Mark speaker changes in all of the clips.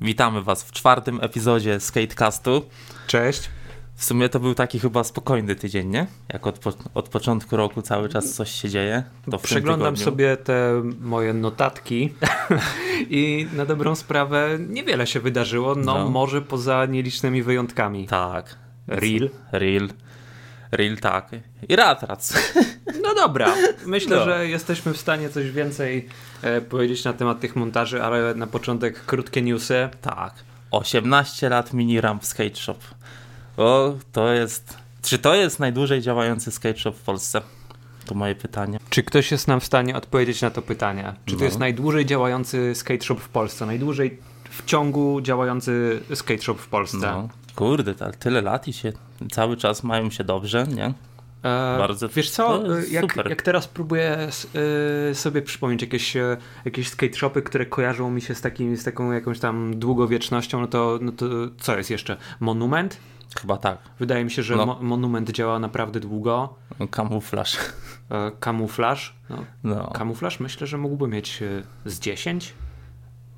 Speaker 1: Witamy Was w czwartym epizodzie Skatecastu.
Speaker 2: Cześć.
Speaker 1: W sumie to był taki chyba spokojny tydzień, nie? Jak od, po, od początku roku cały czas coś się dzieje. To w tym
Speaker 2: Przeglądam
Speaker 1: tygodniu-
Speaker 2: sobie te moje notatki i na dobrą sprawę niewiele się wydarzyło, no,
Speaker 1: No.
Speaker 2: może poza nielicznymi wyjątkami.
Speaker 1: Tak.
Speaker 2: Real.
Speaker 1: Real. Real, tak. I ratrac.
Speaker 2: No dobra, myślę,
Speaker 1: No.
Speaker 2: że jesteśmy w stanie coś więcej e, powiedzieć na temat tych montaży, ale na początek krótkie newsy.
Speaker 1: tak. 18 lat mini ramp skate shop. O, to jest... Czy to jest najdłużej działający skate shop w Polsce? To moje pytanie.
Speaker 2: Czy ktoś jest nam w stanie odpowiedzieć na to pytanie? Czy to
Speaker 1: No.
Speaker 2: jest najdłużej działający skate shop w Polsce? Najdłużej w ciągu działający skate shop w Polsce?
Speaker 1: No. Kurde, ale tyle lat i się cały czas mają się dobrze, nie?
Speaker 2: E,
Speaker 1: Bardzo-
Speaker 2: Wiesz co,
Speaker 1: to jest
Speaker 2: jak,
Speaker 1: super.
Speaker 2: jak teraz próbuję s- y, sobie przypomnieć jakieś, e, jakieś skate shopy, które kojarzą mi się z, takim, z taką jakąś tam długowiecznością, no to, no to co jest jeszcze? Monument?
Speaker 1: Chyba tak.
Speaker 2: Wydaje mi się, że
Speaker 1: No.
Speaker 2: mo- Monument działa naprawdę długo.
Speaker 1: Kamuflaż.
Speaker 2: E, kamuflaż? No,
Speaker 1: No.
Speaker 2: kamuflaż myślę, że mógłby mieć e, z 10?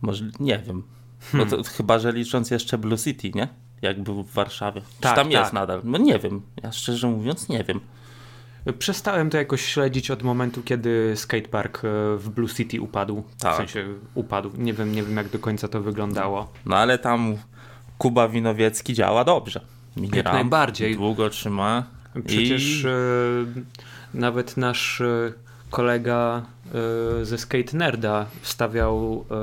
Speaker 1: Może, nie wiem. No
Speaker 2: Hmm.
Speaker 1: to, chyba, że licząc jeszcze Blue City, nie? Jak był w Warszawie.
Speaker 2: Tak,
Speaker 1: Czy tam jest
Speaker 2: tak.
Speaker 1: nadal? No nie wiem. Ja szczerze mówiąc nie wiem.
Speaker 2: Przestałem to jakoś śledzić od momentu, kiedy skatepark e, w Blue City upadł.
Speaker 1: Tak.
Speaker 2: W sensie upadł. Nie wiem, nie wiem jak do końca to wyglądało.
Speaker 1: No ale tam Kuba Winowiecki działa dobrze. Mini
Speaker 2: Jak
Speaker 1: ramp,
Speaker 2: najbardziej.
Speaker 1: Długo trzyma.
Speaker 2: Przecież
Speaker 1: I...
Speaker 2: e, nawet nasz e, kolega e, ze Skate Nerda wstawiał e,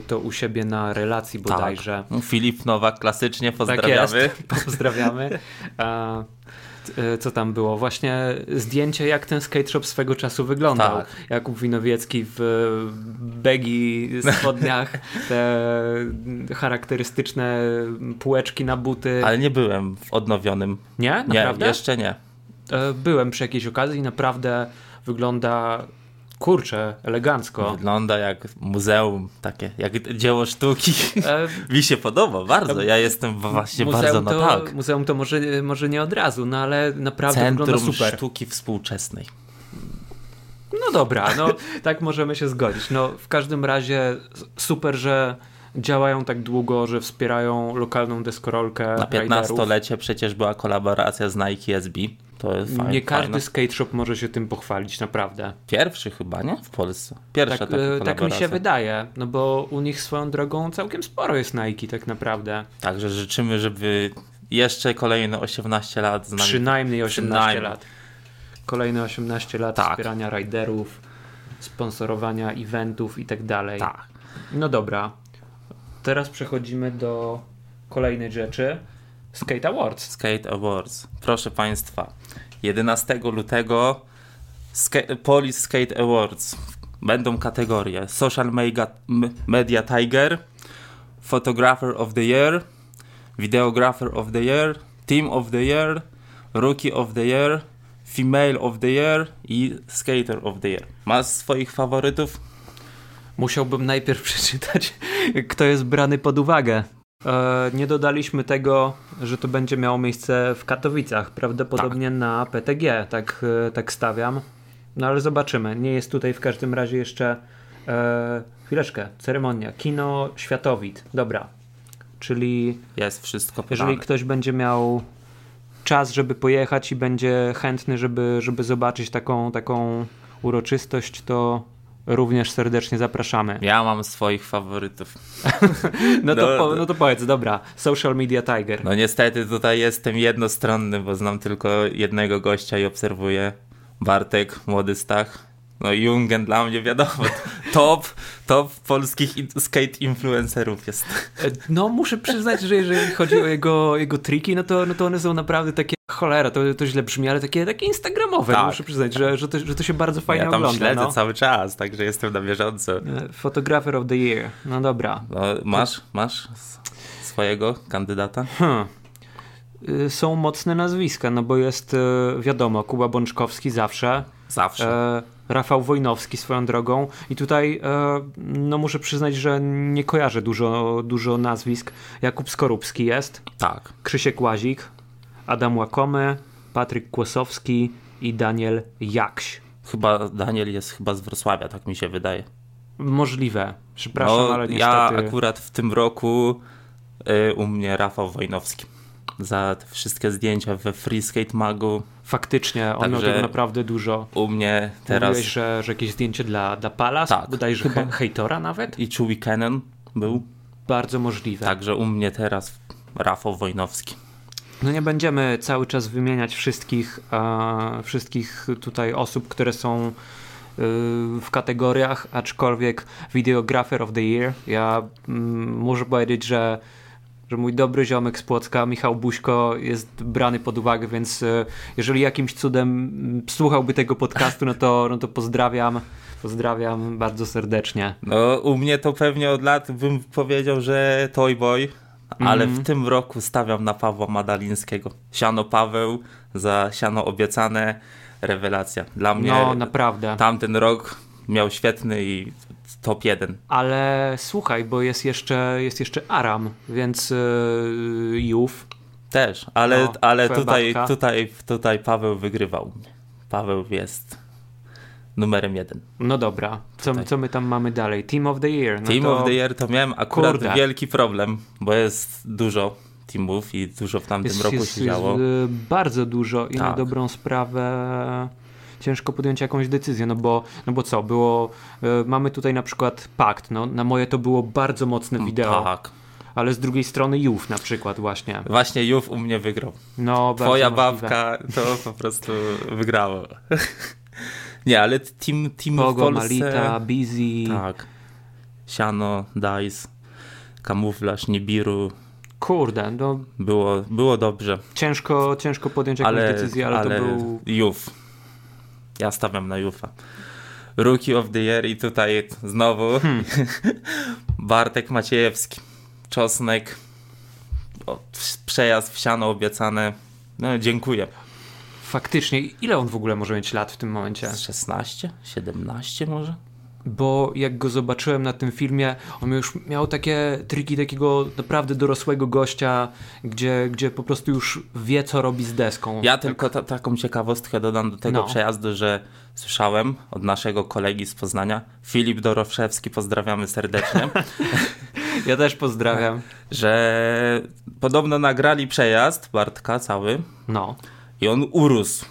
Speaker 2: to u siebie na relacji
Speaker 1: tak.
Speaker 2: bodajże.
Speaker 1: Filip Nowak klasycznie
Speaker 2: Tak
Speaker 1: pozdrawiamy.
Speaker 2: jest. Pozdrawiamy. A, c- e, co tam było? Właśnie zdjęcie, jak ten skate shop swego czasu wyglądał.
Speaker 1: Tak.
Speaker 2: Jakub Winowiecki w e, begi, spodniach, te charakterystyczne półeczki na buty.
Speaker 1: Ale nie byłem w odnowionym.
Speaker 2: Nie?
Speaker 1: Nie,
Speaker 2: Naprawdę?
Speaker 1: jeszcze nie.
Speaker 2: E, Byłem przy jakiejś okazji, naprawdę wygląda kurczę, elegancko.
Speaker 1: Wygląda jak muzeum, takie, jak dzieło sztuki.
Speaker 2: E,
Speaker 1: Mi się podoba bardzo. Ja jestem właśnie bardzo na
Speaker 2: to,
Speaker 1: tak.
Speaker 2: muzeum to może, może nie od razu, no ale naprawdę
Speaker 1: Centrum
Speaker 2: wygląda super.
Speaker 1: Sztuki Współczesnej.
Speaker 2: No dobra, no tak możemy się zgodzić. No w każdym razie s- super, że działają tak długo, że wspierają lokalną deskorolkę.
Speaker 1: Na
Speaker 2: riderów.
Speaker 1: 15-lecie przecież była kolaboracja z Nike SB. To jest fajne.
Speaker 2: Nie każdy
Speaker 1: fajne.
Speaker 2: skate shop może się tym pochwalić, naprawdę.
Speaker 1: Pierwszy chyba, nie? W Polsce. Pierwsza
Speaker 2: Tak,
Speaker 1: taka
Speaker 2: e, tak mi
Speaker 1: kolaboracja.
Speaker 2: się wydaje, no bo u nich swoją drogą całkiem sporo jest Nike tak naprawdę.
Speaker 1: Także życzymy, żeby jeszcze kolejne 18 lat z nami.
Speaker 2: Przynajmniej 18
Speaker 1: Przynajmniej.
Speaker 2: lat. Kolejne 18 lat
Speaker 1: Tak.
Speaker 2: wspierania riderów, sponsorowania eventów i tak dalej.
Speaker 1: Tak.
Speaker 2: No dobra. Teraz przechodzimy do kolejnej rzeczy. Skate Awards.
Speaker 1: Skate Awards. Proszę Państwa, 11 lutego Ska- Polish Skate Awards. Będą kategorie Social Mega, M- Media Tiger, Photographer of the Year, Videographer of the Year, Team of the Year, Rookie of the Year, Female of the Year i Skater of the Year. Masz swoich faworytów?
Speaker 2: Musiałbym najpierw przeczytać, kto jest brany pod uwagę. E, nie dodaliśmy tego, że to będzie miało miejsce w Katowicach, prawdopodobnie na PTG, tak, e, tak stawiam. No ale zobaczymy. Nie jest tutaj w każdym razie jeszcze. E, chwileczkę, ceremonia. Kino Światowid. Dobra. Czyli
Speaker 1: Jest wszystko
Speaker 2: jeżeli
Speaker 1: podane.
Speaker 2: ktoś będzie miał czas, żeby pojechać i będzie chętny, żeby, żeby zobaczyć taką, taką uroczystość, to również serdecznie zapraszamy.
Speaker 1: Ja mam swoich faworytów.
Speaker 2: No to,
Speaker 1: No,
Speaker 2: po,
Speaker 1: no.
Speaker 2: no to powiedz, dobra, Social Media Tiger.
Speaker 1: No niestety tutaj jestem jednostronny, bo znam tylko jednego gościa i obserwuję. Bartek, młody Stach. No Jungen dla mnie wiadomo. Top, top polskich in- skate influencerów jest.
Speaker 2: E, No muszę przyznać, że jeżeli chodzi o jego, jego triki, no to, no to one są naprawdę takie, cholera, to, to źle brzmi, ale takie, takie instagramowe.
Speaker 1: Tak.
Speaker 2: no muszę przyznać, że, że, to, że to się bardzo fajnie
Speaker 1: ja tam
Speaker 2: ogląda.
Speaker 1: śledzę
Speaker 2: no.
Speaker 1: cały czas, także jestem na bieżąco.
Speaker 2: E, Photographer of the Year, no dobra.
Speaker 1: No, masz, masz s- swojego kandydata?
Speaker 2: Hmm. Y, Są mocne nazwiska, no bo jest, y, wiadomo, Kuba Bączkowski zawsze,
Speaker 1: Zawsze.
Speaker 2: e, Rafał Wojnowski swoją drogą i tutaj, e, no muszę przyznać, że nie kojarzę dużo, dużo nazwisk. Jakub Skorupski jest,
Speaker 1: tak.
Speaker 2: Krzysiek Łazik, Adam Łakomy, Patryk Kłosowski i Daniel Jakś.
Speaker 1: Chyba Daniel jest chyba z Wrocławia, tak mi się wydaje.
Speaker 2: Możliwe. Przepraszam,
Speaker 1: no,
Speaker 2: ale niestety.
Speaker 1: ja akurat w tym roku y, u mnie Rafał Wojnowski za te wszystkie zdjęcia we Free Skate Magu.
Speaker 2: Faktycznie, on miał
Speaker 1: Także-
Speaker 2: tego naprawdę dużo.
Speaker 1: U mnie
Speaker 2: Teraz...
Speaker 1: teraz
Speaker 2: Mówiłeś, że, że jakieś zdjęcie dla, dla Palas,
Speaker 1: Tak,
Speaker 2: bodajże
Speaker 1: chyba.
Speaker 2: he, hejtora nawet?
Speaker 1: i Chewy Cannon był.
Speaker 2: Bardzo możliwe.
Speaker 1: Także u mnie teraz Rafał Wojnowski.
Speaker 2: No nie będziemy cały czas wymieniać wszystkich, e, wszystkich tutaj osób, które są e, w kategoriach, aczkolwiek Videographer of the Year. Ja mm, muszę powiedzieć, że, że mój dobry ziomek z Płocka, Michał Buśko, jest brany pod uwagę, więc e, jeżeli jakimś cudem mm, słuchałby tego podcastu, no to, no to pozdrawiam. Pozdrawiam bardzo serdecznie.
Speaker 1: No, u mnie to pewnie od lat bym powiedział, że Toy Boy, ale
Speaker 2: Mhm.
Speaker 1: w tym roku stawiam na Pawła Madalińskiego. Siano Paweł za siano obiecane, rewelacja. Dla mnie
Speaker 2: No, naprawdę.
Speaker 1: tamten rok miał świetny i top jeden.
Speaker 2: Ale słuchaj, bo jest jeszcze, jest jeszcze Aram, więc y, yy, Jów.
Speaker 1: Też, ale,
Speaker 2: No,
Speaker 1: ale
Speaker 2: twoja
Speaker 1: tutaj,
Speaker 2: babka.
Speaker 1: tutaj, tutaj Paweł wygrywał. Paweł jest numerem jeden.
Speaker 2: No dobra, co, co my tam mamy dalej? Team of the Year. No
Speaker 1: Team
Speaker 2: to,
Speaker 1: of the Year to miałem akurat
Speaker 2: Kurde.
Speaker 1: wielki problem, bo jest dużo teamów i dużo w tamtym
Speaker 2: jest,
Speaker 1: roku
Speaker 2: jest,
Speaker 1: się działo.
Speaker 2: Jest, y, bardzo dużo i na
Speaker 1: Tak.
Speaker 2: dobrą sprawę ciężko podjąć jakąś decyzję, no bo, no bo co, było, y, mamy tutaj na przykład Pakt, no na moje to było bardzo mocne y, wideo,
Speaker 1: Tak.
Speaker 2: ale z drugiej strony Jów na przykład właśnie.
Speaker 1: Właśnie Jów u mnie wygrał.
Speaker 2: No, bardzo
Speaker 1: Twoja
Speaker 2: możliwe.
Speaker 1: babka to po prostu wygrało. Nie, ale team, team w
Speaker 2: Pogo,
Speaker 1: Polsce...
Speaker 2: Malita, Busy,
Speaker 1: Tak. Siano, Dice, Kamuflaż, Nibiru.
Speaker 2: kurde, no
Speaker 1: Było, było dobrze,
Speaker 2: ciężko, ciężko podjąć jakąś
Speaker 1: ale,
Speaker 2: decyzję, ale, to był...
Speaker 1: Jów. Ja stawiam na Jufa. Rookie of the Year i tutaj znowu Bartek Maciejewski, Czosnek, o, przejazd w siano obiecane. No, dziękuję.
Speaker 2: Faktycznie, ile on w ogóle może mieć lat w tym momencie?
Speaker 1: 16, 17 może?
Speaker 2: Bo jak go zobaczyłem na tym filmie, on już miał takie triki takiego naprawdę dorosłego gościa, gdzie, gdzie po prostu już wie, co robi z deską.
Speaker 1: Ja tylko ta, taką ciekawostkę dodam do tego
Speaker 2: No.
Speaker 1: przejazdu, że słyszałem od naszego kolegi z Poznania, Filip Dorowszewski, pozdrawiamy serdecznie,
Speaker 2: Ja też pozdrawiam.
Speaker 1: że podobno nagrali przejazd Bartka cały
Speaker 2: No.
Speaker 1: i on urósł.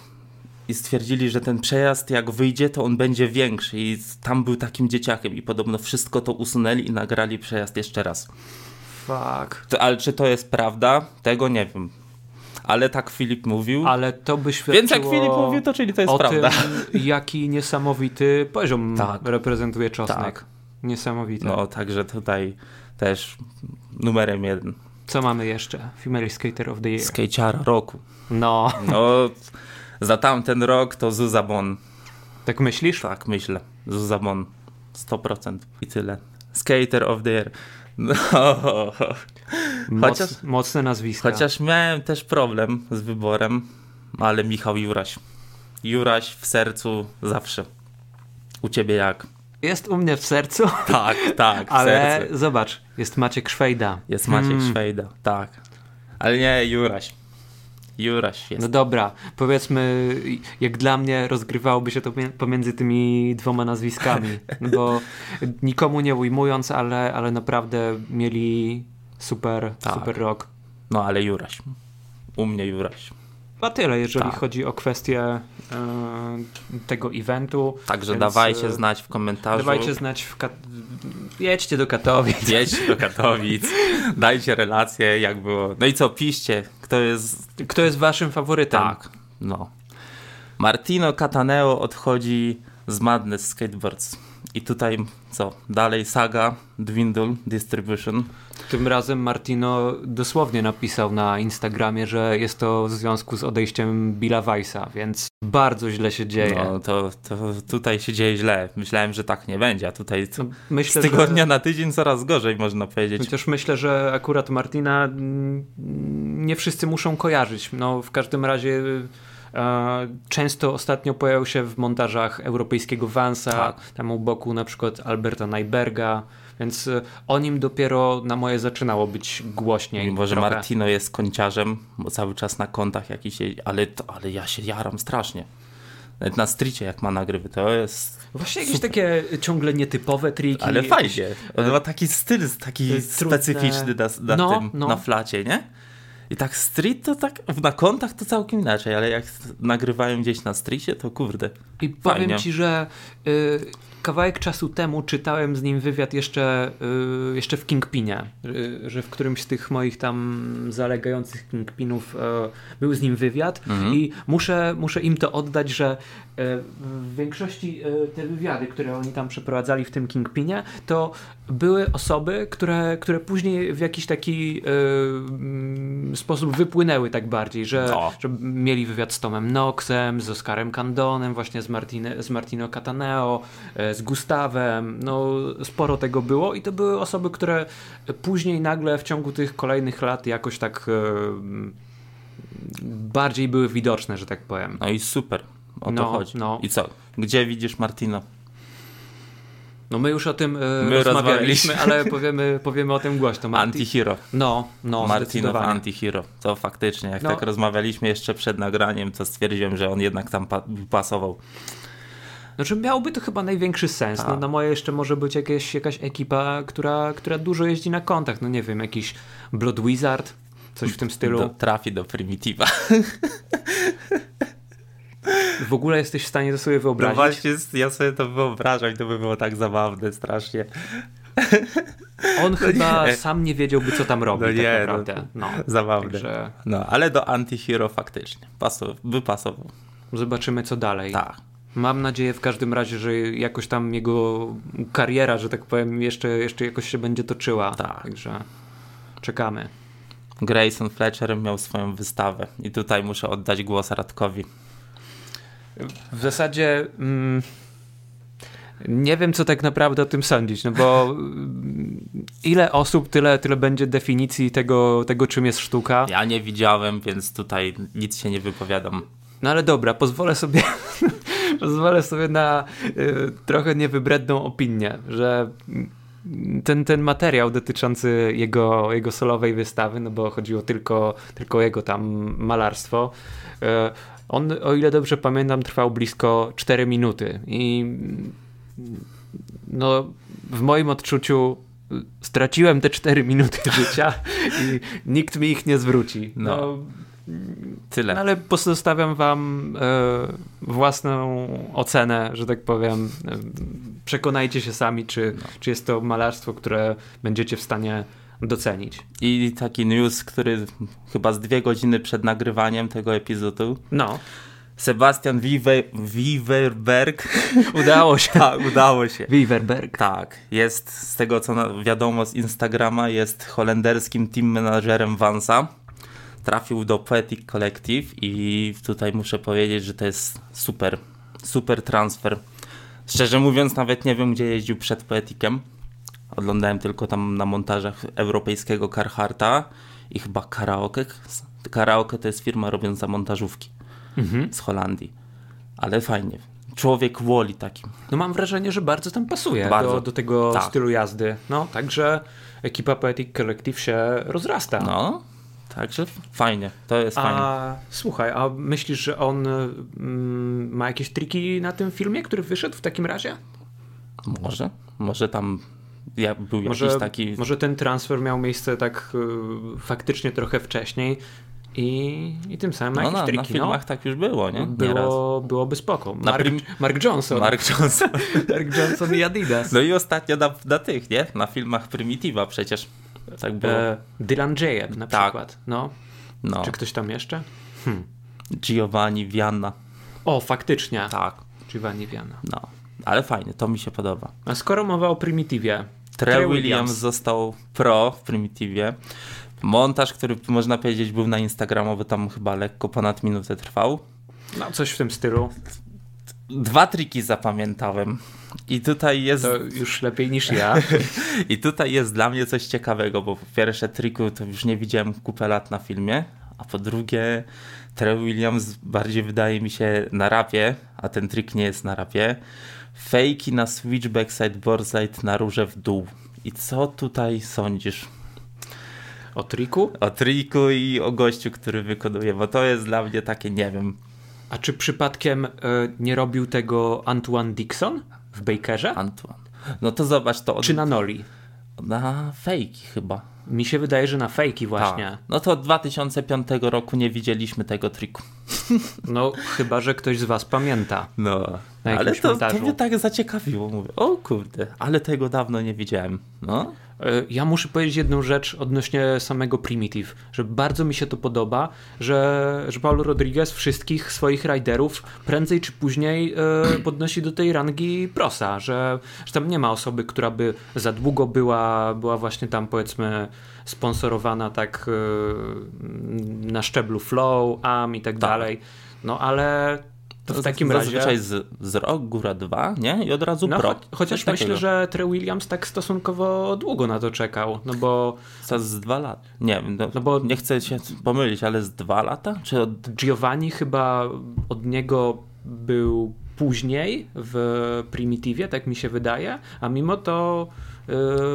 Speaker 1: I stwierdzili, że ten przejazd jak wyjdzie, to on będzie większy. I tam był takim dzieciakiem. I podobno wszystko to usunęli i nagrali przejazd jeszcze raz.
Speaker 2: Fuck.
Speaker 1: To, ale czy to jest prawda? Tego nie wiem. Ale tak Filip mówił.
Speaker 2: Ale to by świadczyło
Speaker 1: Więc jak Filip mówi, to czyli to jest
Speaker 2: o
Speaker 1: prawda.
Speaker 2: tym, jaki niesamowity poziom
Speaker 1: Tak.
Speaker 2: reprezentuje Czosnek.
Speaker 1: Tak.
Speaker 2: Niesamowity.
Speaker 1: No, także tutaj też numerem jeden.
Speaker 2: Co mamy jeszcze? Female Skater of the Year.
Speaker 1: Skejciara roku.
Speaker 2: No.
Speaker 1: No, za tamten rok to Zuzabon.
Speaker 2: Tak myślisz?
Speaker 1: Tak, myślę. Zuzabon. 100% i tyle. Skater of the year. No,
Speaker 2: Moc,
Speaker 1: Chociaż-
Speaker 2: Mocne nazwiska.
Speaker 1: chociaż miałem też problem z wyborem, ale Michał Juraś. Juraś w sercu zawsze. U ciebie jak?
Speaker 2: Jest u mnie w sercu,
Speaker 1: Tak, tak, w
Speaker 2: ale
Speaker 1: sercu.
Speaker 2: zobacz, jest Maciek Szwejda.
Speaker 1: Jest Maciek Szwejda, tak. Ale nie, Juraś. Juraś jest.
Speaker 2: No dobra, powiedzmy, jak dla mnie rozgrywałoby się to pie- pomiędzy tymi dwoma nazwiskami, no bo nikomu nie ujmując, ale, ale naprawdę mieli super,
Speaker 1: Tak.
Speaker 2: super rok.
Speaker 1: No ale Juraś. U mnie Juraś.
Speaker 2: A tyle, jeżeli
Speaker 1: Tak.
Speaker 2: chodzi o kwestię e, tego eventu.
Speaker 1: Także
Speaker 2: Więc,
Speaker 1: dawajcie
Speaker 2: e,
Speaker 1: znać w komentarzu.
Speaker 2: Dawajcie znać, w Kat... jedźcie do Katowic.
Speaker 1: Jedźcie do Katowic, dajcie relacje, jak było. No i co, piszcie, kto jest...
Speaker 2: Kto jest waszym faworytem?
Speaker 1: Tak, no. Martino Cataneo odchodzi z Madness Skateboards. I tutaj co? Dalej saga, Dwindle Distribution.
Speaker 2: Tym razem Martino dosłownie napisał na Instagramie, że jest to w związku z odejściem Billa Weissa, więc bardzo źle się dzieje.
Speaker 1: No to, to tutaj się dzieje źle. Myślałem, że tak nie będzie, a tutaj
Speaker 2: No,
Speaker 1: z
Speaker 2: myślę,
Speaker 1: tygodnia
Speaker 2: że...
Speaker 1: na tydzień coraz gorzej można powiedzieć.
Speaker 2: Chociaż myślę, że akurat Martina mm, nie wszyscy muszą kojarzyć. No, w każdym razie e, często ostatnio pojawił się w montażach europejskiego Vansa,
Speaker 1: Tak.
Speaker 2: tam u boku na przykład Alberta Najberga, więc e, o nim dopiero na moje zaczynało być głośniej.
Speaker 1: Mimo, że
Speaker 2: trochę.
Speaker 1: Martino jest konciarzem, bo cały czas na kontach jakiś, jej- ale, to, ale ja się jaram strasznie. Nawet na stricie jak ma nagrywy, to jest...
Speaker 2: Właśnie jakieś takie ciągle nietypowe triki.
Speaker 1: Ale fajnie. On ma taki styl taki
Speaker 2: trudne-
Speaker 1: specyficzny na, na
Speaker 2: No,
Speaker 1: tym,
Speaker 2: no.
Speaker 1: na flacie, nie? I tak street to tak, na kontach to całkiem inaczej, ale jak nagrywają gdzieś na streetie, to kurde.
Speaker 2: I powiem
Speaker 1: Fajnie.
Speaker 2: ci, że y, kawałek czasu temu czytałem z nim wywiad jeszcze, y, jeszcze w Kingpinie, y, że w którymś z tych moich tam zalegających Kingpinów y, był z nim wywiad i muszę, muszę im to oddać, że y, w większości y, te wywiady, które oni tam przeprowadzali w tym Kingpinie, to były osoby, które, które później w jakiś taki y, mm, sposób wypłynęły tak bardziej, że,
Speaker 1: No.
Speaker 2: że mieli wywiad z Tomem Knoxem, z Oscarem Candonem, właśnie z, Martine, z Martino Cataneo, e, z Gustawem. No, sporo tego było i to były osoby, które później nagle w ciągu tych kolejnych lat jakoś tak em, bardziej były widoczne, że tak powiem.
Speaker 1: No i super, o
Speaker 2: No,
Speaker 1: to chodzi.
Speaker 2: no.
Speaker 1: I co? Gdzie widzisz Martino?
Speaker 2: No my już o tym e,
Speaker 1: My
Speaker 2: rozmawialiśmy,
Speaker 1: rozmawialiśmy.
Speaker 2: ale powiemy, powiemy o tym głośno. Marti-
Speaker 1: Antihero.
Speaker 2: No, no,
Speaker 1: Martinow
Speaker 2: zdecydowanie.
Speaker 1: anti-hero. To faktycznie, jak
Speaker 2: No.
Speaker 1: tak rozmawialiśmy jeszcze przed nagraniem, to stwierdziłem, że on jednak tam pa- pasował.
Speaker 2: Znaczy miałoby to chyba największy sens.
Speaker 1: Tak.
Speaker 2: No, na moje jeszcze może być jakieś, jakaś ekipa, która, która dużo jeździ na kontach. No nie wiem, jakiś Blood Wizard, coś w tym stylu.
Speaker 1: Do, trafi do Primitiva.
Speaker 2: W ogóle jesteś w stanie to sobie
Speaker 1: No
Speaker 2: wyobrazić?
Speaker 1: właśnie, ja sobie to wyobrażam i to by było tak zabawne strasznie.
Speaker 2: On chyba
Speaker 1: No nie.
Speaker 2: sam nie wiedziałby, co tam robi
Speaker 1: No
Speaker 2: tak
Speaker 1: nie, no,
Speaker 2: naprawdę. No.
Speaker 1: zabawne.
Speaker 2: Także
Speaker 1: No, ale do anti-hero faktycznie. Pasował, by pasował.
Speaker 2: zobaczymy, co dalej.
Speaker 1: Tak.
Speaker 2: Mam nadzieję w każdym razie, że jakoś tam jego kariera, że tak powiem, jeszcze, jeszcze jakoś się będzie toczyła.
Speaker 1: Tak.
Speaker 2: Także czekamy.
Speaker 1: Grayson Fletcher miał swoją wystawę i tutaj muszę oddać głos Radkowi.
Speaker 2: W zasadzie mm, nie wiem, co tak naprawdę o tym sądzić, no bo mm, ile osób, tyle, tyle będzie definicji tego, tego, czym jest sztuka.
Speaker 1: Ja nie widziałem, więc tutaj nic się nie wypowiadam.
Speaker 2: No ale dobra, pozwolę sobie, pozwolę sobie na y, trochę niewybredną opinię, że mm, ten, ten materiał dotyczący jego, jego solowej wystawy, no bo chodziło tylko, tylko o jego tam malarstwo, y, on, o ile dobrze pamiętam, trwał blisko 4 minuty i mm, no, w moim odczuciu y, straciłem te 4 minuty życia i nikt mi ich nie zwróci.
Speaker 1: No.
Speaker 2: no
Speaker 1: Tyle.
Speaker 2: no, ale pozostawiam wam e, własną ocenę, że tak powiem. E, przekonajcie się sami, czy, czy jest to malarstwo, które będziecie w stanie docenić.
Speaker 1: I taki news, który chyba z dwie godziny przed nagrywaniem tego epizodu.
Speaker 2: No,
Speaker 1: Sebastian Wiwe- Wiwerberg.
Speaker 2: udało się.
Speaker 1: Tak, udało się.
Speaker 2: Wiwerberg.
Speaker 1: Tak, jest z tego co na- wiadomo z Instagrama, jest holenderskim team menadżerem Vansa. Trafił do Poetic Collective i tutaj muszę powiedzieć, że to jest super, super transfer. Szczerze mówiąc, nawet nie wiem, gdzie jeździł przed Poeticem. Oglądałem tylko tam na montażach europejskiego Carharta i chyba Karaoke. Karaoke to jest firma robiąca montażówki z Holandii. Ale fajnie. Człowiek woli takim.
Speaker 2: No mam wrażenie, że bardzo tam pasuje
Speaker 1: Bardzo.
Speaker 2: Do, do tego
Speaker 1: Tak.
Speaker 2: stylu jazdy. No, także ekipa Poetic Collective się rozrasta.
Speaker 1: No, także fajnie, to jest fajnie.
Speaker 2: A słuchaj, a myślisz, że on mm, ma jakieś triki na tym filmie, który wyszedł w takim razie?
Speaker 1: Może, może tam ja, był
Speaker 2: Może,
Speaker 1: jakiś taki...
Speaker 2: może ten transfer miał miejsce tak y, faktycznie trochę wcześniej i, i tym samym ma
Speaker 1: no, na,
Speaker 2: jakieś
Speaker 1: na
Speaker 2: triki. no.
Speaker 1: filmach tak już było, nie? Nieraz.
Speaker 2: Było, byłoby spoko. Mark,
Speaker 1: prim-
Speaker 2: Mark Johnson. Mark...
Speaker 1: Mark Johnson.
Speaker 2: Johnson i Adidas.
Speaker 1: No i ostatnio na, na tych, nie? Na filmach Primitiva przecież. Tak było.
Speaker 2: E, Dylan Jayeb na
Speaker 1: Tak.
Speaker 2: przykład. No.
Speaker 1: No.
Speaker 2: Czy ktoś tam jeszcze?
Speaker 1: Giovanni Vianna.
Speaker 2: O, faktycznie.
Speaker 1: Tak,
Speaker 2: Giovanni Viana.
Speaker 1: no. Ale fajnie, to mi się podoba.
Speaker 2: A skoro mowa o Primitivie.
Speaker 1: Tre Williams. został pro w Primitivie. Montaż, który można powiedzieć był na Instagramowy, tam chyba lekko ponad minutę trwał.
Speaker 2: No, coś w tym stylu.
Speaker 1: Dwa triki zapamiętałem. I tutaj jest.
Speaker 2: To już lepiej niż ja.
Speaker 1: I tutaj jest dla mnie coś ciekawego, bo po pierwsze triku to już nie widziałem kupę lat na filmie, a po drugie Trev Williams bardziej wydaje mi się na rapie, a ten trik nie jest na rapie. Fejki na switchback side boardside na róże w dół. I co tutaj sądzisz
Speaker 2: O triku?
Speaker 1: o triku i o gościu, który wykonuje? Bo to jest dla mnie takie, nie wiem,
Speaker 2: A czy przypadkiem e, nie robił tego Antoine Dixon w Bakerze?
Speaker 1: Antoine. No to zobacz, to od...
Speaker 2: Czy na Noli?
Speaker 1: na fejki chyba.
Speaker 2: Mi się wydaje, że na fejki właśnie.
Speaker 1: No to od 2005 roku nie widzieliśmy tego triku.
Speaker 2: No, chyba, że ktoś z was pamięta.
Speaker 1: No,
Speaker 2: Na
Speaker 1: ale
Speaker 2: jakimś
Speaker 1: to, to
Speaker 2: montażu.
Speaker 1: mnie tak zaciekawiło. Mówię, o kurde, ale tego dawno nie widziałem. No,
Speaker 2: E, Ja muszę powiedzieć jedną rzecz odnośnie samego Primitive, że bardzo mi się to podoba, że, że Paulo Rodriguez wszystkich swoich riderów prędzej czy później e, podnosi do tej rangi prosa, że, że tam nie ma osoby, która by za długo była, była właśnie tam powiedzmy sponsorowana tak e, na szczeblu flow, am i tak dalej. No ale to w takim razie...
Speaker 1: Zazwyczaj z, z rok, góra dwa, nie? I od razu
Speaker 2: No,
Speaker 1: pro.
Speaker 2: cho- chociaż
Speaker 1: Coś
Speaker 2: myślę,
Speaker 1: takiego.
Speaker 2: że Trey Williams tak stosunkowo długo na to czekał, no bo
Speaker 1: Co z dwa lata? Nie wiem, no,
Speaker 2: No bo-
Speaker 1: nie chcę się pomylić, ale z dwa lata? Czy od...
Speaker 2: Giovanni chyba od niego był później w Primitivie, tak mi się wydaje, a mimo to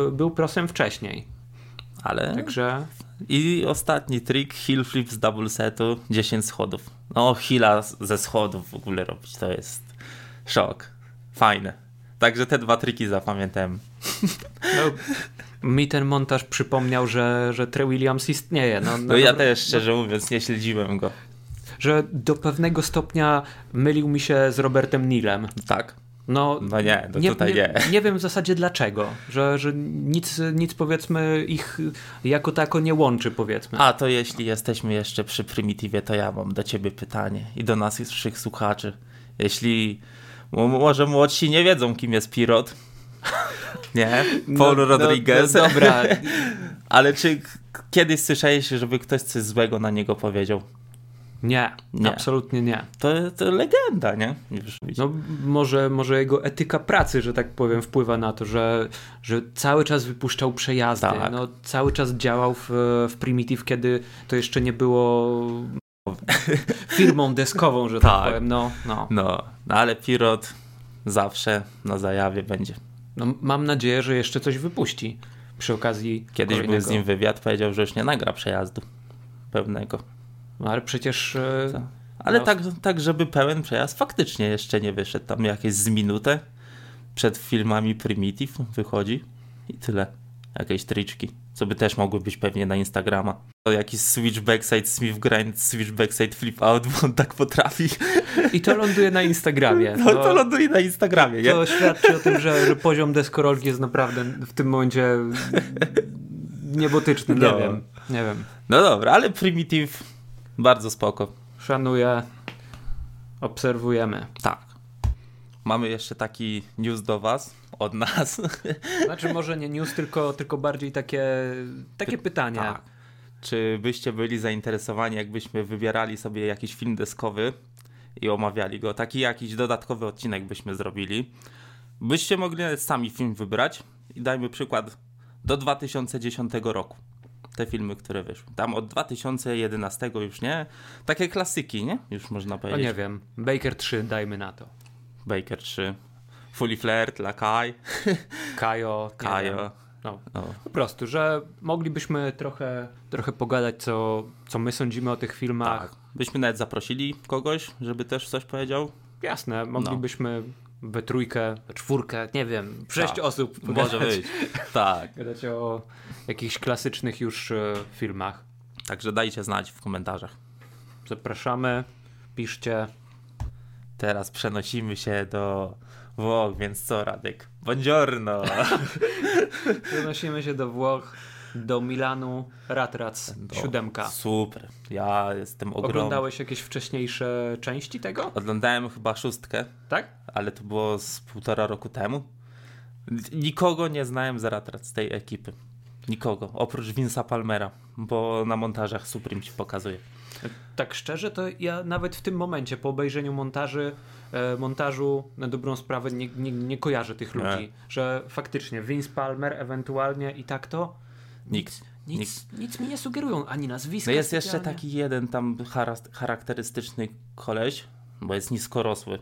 Speaker 2: y, był prosem wcześniej.
Speaker 1: Ale...
Speaker 2: Także
Speaker 1: I ostatni trik, heel flip z double setu, 10 schodów. No, heela z- ze schodów w ogóle robić, to jest szok. Fajne. Także te dwa triki zapamiętałem.
Speaker 2: no, mi ten montaż przypomniał, że, że Trey Williams istnieje. No, no,
Speaker 1: No ja
Speaker 2: dobra,
Speaker 1: też, szczerze mówiąc, nie śledziłem go.
Speaker 2: Że do pewnego stopnia mylił mi się z Robertem Nilem.
Speaker 1: Tak.
Speaker 2: No,
Speaker 1: No nie, no tutaj nie.
Speaker 2: nie wiem w zasadzie dlaczego, że, że nic, nic powiedzmy ich jako tako nie łączy powiedzmy.
Speaker 1: A to jeśli jesteśmy jeszcze przy Primitivie, to ja mam do ciebie pytanie i do naszych słuchaczy. Jeśli mo- może młodsi nie wiedzą, kim jest Pirot, nie? Paul
Speaker 2: no,
Speaker 1: Rodriguez.
Speaker 2: no, dobra.
Speaker 1: Ale czy k- kiedyś słyszałeś, żeby ktoś coś złego na niego powiedział?
Speaker 2: Nie,
Speaker 1: Nie.
Speaker 2: absolutnie nie.
Speaker 1: To, to legenda, nie? Już no.
Speaker 2: No, może, może jego etyka pracy, że tak powiem, wpływa na to, że, że cały czas wypuszczał przejazdy,
Speaker 1: Tak.
Speaker 2: no, cały czas działał w, w Primitive, kiedy to jeszcze nie było firmą deskową, że tak,
Speaker 1: Tak.
Speaker 2: powiem. No, no.
Speaker 1: no, no ale Pirot zawsze na zajawie będzie.
Speaker 2: no, mam nadzieję, że jeszcze coś wypuści przy okazji
Speaker 1: Kiedyś był z
Speaker 2: kolejnego.
Speaker 1: nim wywiad, powiedział, że już nie nagra przejazdu pewnego.
Speaker 2: No, ale przecież... e,
Speaker 1: Ale
Speaker 2: No.
Speaker 1: tak, tak, żeby pełen przejazd faktycznie jeszcze nie wyszedł. Tam jakieś z minutę przed filmami Primitive wychodzi i tyle. Jakieś triczki, co by też mogły być pewnie na Instagrama. To jakiś switch backside Smith grind, switch backside flip out, bo on tak potrafi.
Speaker 2: I to ląduje na Instagramie.
Speaker 1: No to ląduje na Instagramie, nie?
Speaker 2: To świadczy o tym, że, że poziom deskorolki jest naprawdę w tym momencie niebotyczny. Nie
Speaker 1: No.
Speaker 2: wiem, nie wiem.
Speaker 1: No dobra, ale Primitive bardzo spoko.
Speaker 2: Szanuję, obserwujemy.
Speaker 1: Tak. Mamy jeszcze taki news do was, od nas.
Speaker 2: Znaczy może nie news, tylko, tylko bardziej takie, takie pytanie.
Speaker 1: Tak. Czy byście byli zainteresowani, jakbyśmy wybierali sobie jakiś film deskowy i omawiali go? Taki jakiś dodatkowy odcinek byśmy zrobili. Byście mogli nawet sami film wybrać i dajmy przykład do 2010 roku. Te filmy, które wyszły. Tam od 2011 już nie. Takie klasyki, nie? Już można
Speaker 2: No
Speaker 1: powiedzieć.
Speaker 2: nie wiem, Baker 3 dajmy na to.
Speaker 1: Baker 3, Fully Flirt, Lakai,
Speaker 2: Kajo. nie wiem.
Speaker 1: Kajo.
Speaker 2: No,
Speaker 1: No.
Speaker 2: po prostu, że moglibyśmy trochę, trochę pogadać, co, co my sądzimy o tych filmach.
Speaker 1: Tak. Byśmy nawet zaprosili kogoś, żeby też coś powiedział.
Speaker 2: Jasne,
Speaker 1: No.
Speaker 2: moglibyśmy we trójkę, we czwórkę, nie wiem, w sześć
Speaker 1: Tak.
Speaker 2: osób
Speaker 1: Może
Speaker 2: gadać-
Speaker 1: być. Tak.
Speaker 2: gadać o jakichś klasycznych już e, filmach.
Speaker 1: Także dajcie znać w komentarzach.
Speaker 2: Zapraszamy, piszcie.
Speaker 1: Teraz przenosimy się do Włoch, więc co Radek? Buongiorno!
Speaker 2: Przenosimy się do Włoch, do Milanu, Ratrac, siódemka.
Speaker 1: Super, ja jestem ogromny.
Speaker 2: Oglądałeś jakieś wcześniejsze części tego?
Speaker 1: Oglądałem chyba szóstkę,
Speaker 2: Tak?
Speaker 1: ale to było z półtora roku temu. Nikogo nie znałem z Ratrat z tej ekipy. Nikogo, oprócz Vince'a Palmera, bo na montażach Supreme ci pokazuje.
Speaker 2: Tak szczerze, to ja nawet w tym momencie, po obejrzeniu montaży, e, montażu na dobrą sprawę nie, nie, nie kojarzę tych
Speaker 1: Nie.
Speaker 2: ludzi. Że faktycznie Vince Palmer ewentualnie i tak to
Speaker 1: Nikt.
Speaker 2: nic,
Speaker 1: nikt.
Speaker 2: nic mi nie sugerują, ani nazwiska.
Speaker 1: No jest jeszcze
Speaker 2: specjalnie.
Speaker 1: taki jeden tam charas- charakterystyczny koleś, bo jest niskorosły.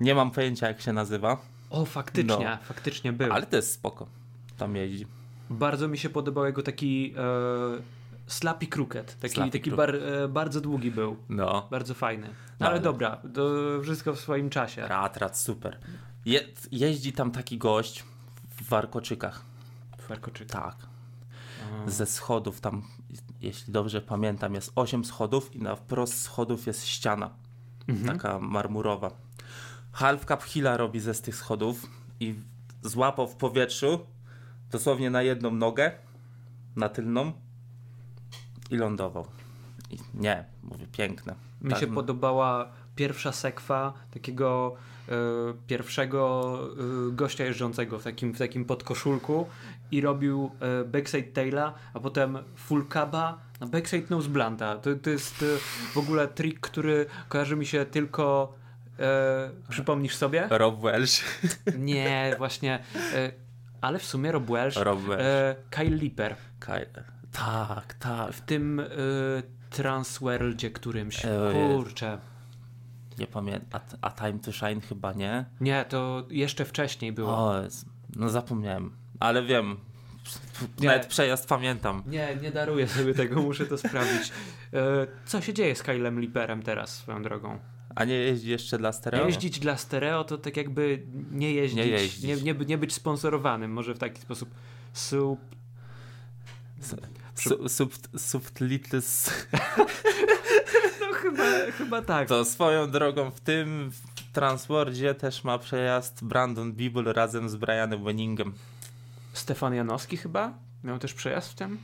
Speaker 1: Nie mam pojęcia jak się nazywa.
Speaker 2: O, faktycznie,
Speaker 1: No.
Speaker 2: faktycznie był.
Speaker 1: Ale to jest spoko. Tam jeździ.
Speaker 2: Bardzo mi się podobał jego taki e, Slappy Crooked. Taki,
Speaker 1: Slappy
Speaker 2: taki
Speaker 1: Crooked.
Speaker 2: bar, e, bardzo długi był.
Speaker 1: No.
Speaker 2: Bardzo fajny. No,
Speaker 1: No,
Speaker 2: ale
Speaker 1: ale-
Speaker 2: dobra, to wszystko w swoim czasie.
Speaker 1: Rat, rat, super. Je, jeździ tam taki gość w warkoczykach.
Speaker 2: Warkoczyk.
Speaker 1: Tak.
Speaker 2: Mm.
Speaker 1: Ze schodów tam, jeśli dobrze pamiętam, jest 8 schodów i na wprost schodów jest ściana.
Speaker 2: Mhm.
Speaker 1: Taka marmurowa. Half Cup Hilla robi ze z tych schodów i złapał w powietrzu dosłownie na jedną nogę, na tylną i lądował. I nie, mówię, piękne.
Speaker 2: Mi
Speaker 1: Tak,
Speaker 2: się podobała pierwsza sekwa takiego e, pierwszego e, gościa jeżdżącego w takim, w takim podkoszulku i robił e, backside taila, a potem full caba na backside nose blanta. To, to jest e, w ogóle trik, który kojarzy mi się tylko... E, przypomnisz sobie?
Speaker 1: Rob Welsh.
Speaker 2: Nie, właśnie... E, ale w sumie Rob Welsh,
Speaker 1: Rob Welsh.
Speaker 2: E, Kyle Lipper
Speaker 1: Kyle. Tak, tak.
Speaker 2: w tym e, Transworldzie którymś.
Speaker 1: E,
Speaker 2: Kurczę.
Speaker 1: Nie pamiętam. A, a Time to Shine chyba nie.
Speaker 2: Nie, to jeszcze wcześniej było.
Speaker 1: O, jest- no zapomniałem. Ale wiem.
Speaker 2: Nie.
Speaker 1: Nawet przejazd pamiętam.
Speaker 2: Nie, nie daruję sobie tego, muszę to sprawdzić. E, Co się dzieje z Kylem Liperem teraz swoją drogą?
Speaker 1: A nie jeździ jeszcze dla stereo?
Speaker 2: Jeździć dla stereo to tak jakby nie jeździć,
Speaker 1: Nie jeździć.
Speaker 2: Nie, nie, by- nie być sponsorowanym, może w taki sposób. Sup...
Speaker 1: Su, sub, subtlitles.
Speaker 2: No chyba, chyba tak.
Speaker 1: To swoją drogą w tym w Transwordzie też ma przejazd Brandon Beeble razem z Brianem Wenningem.
Speaker 2: Stefan Janowski chyba? Miał też przejazd w tym?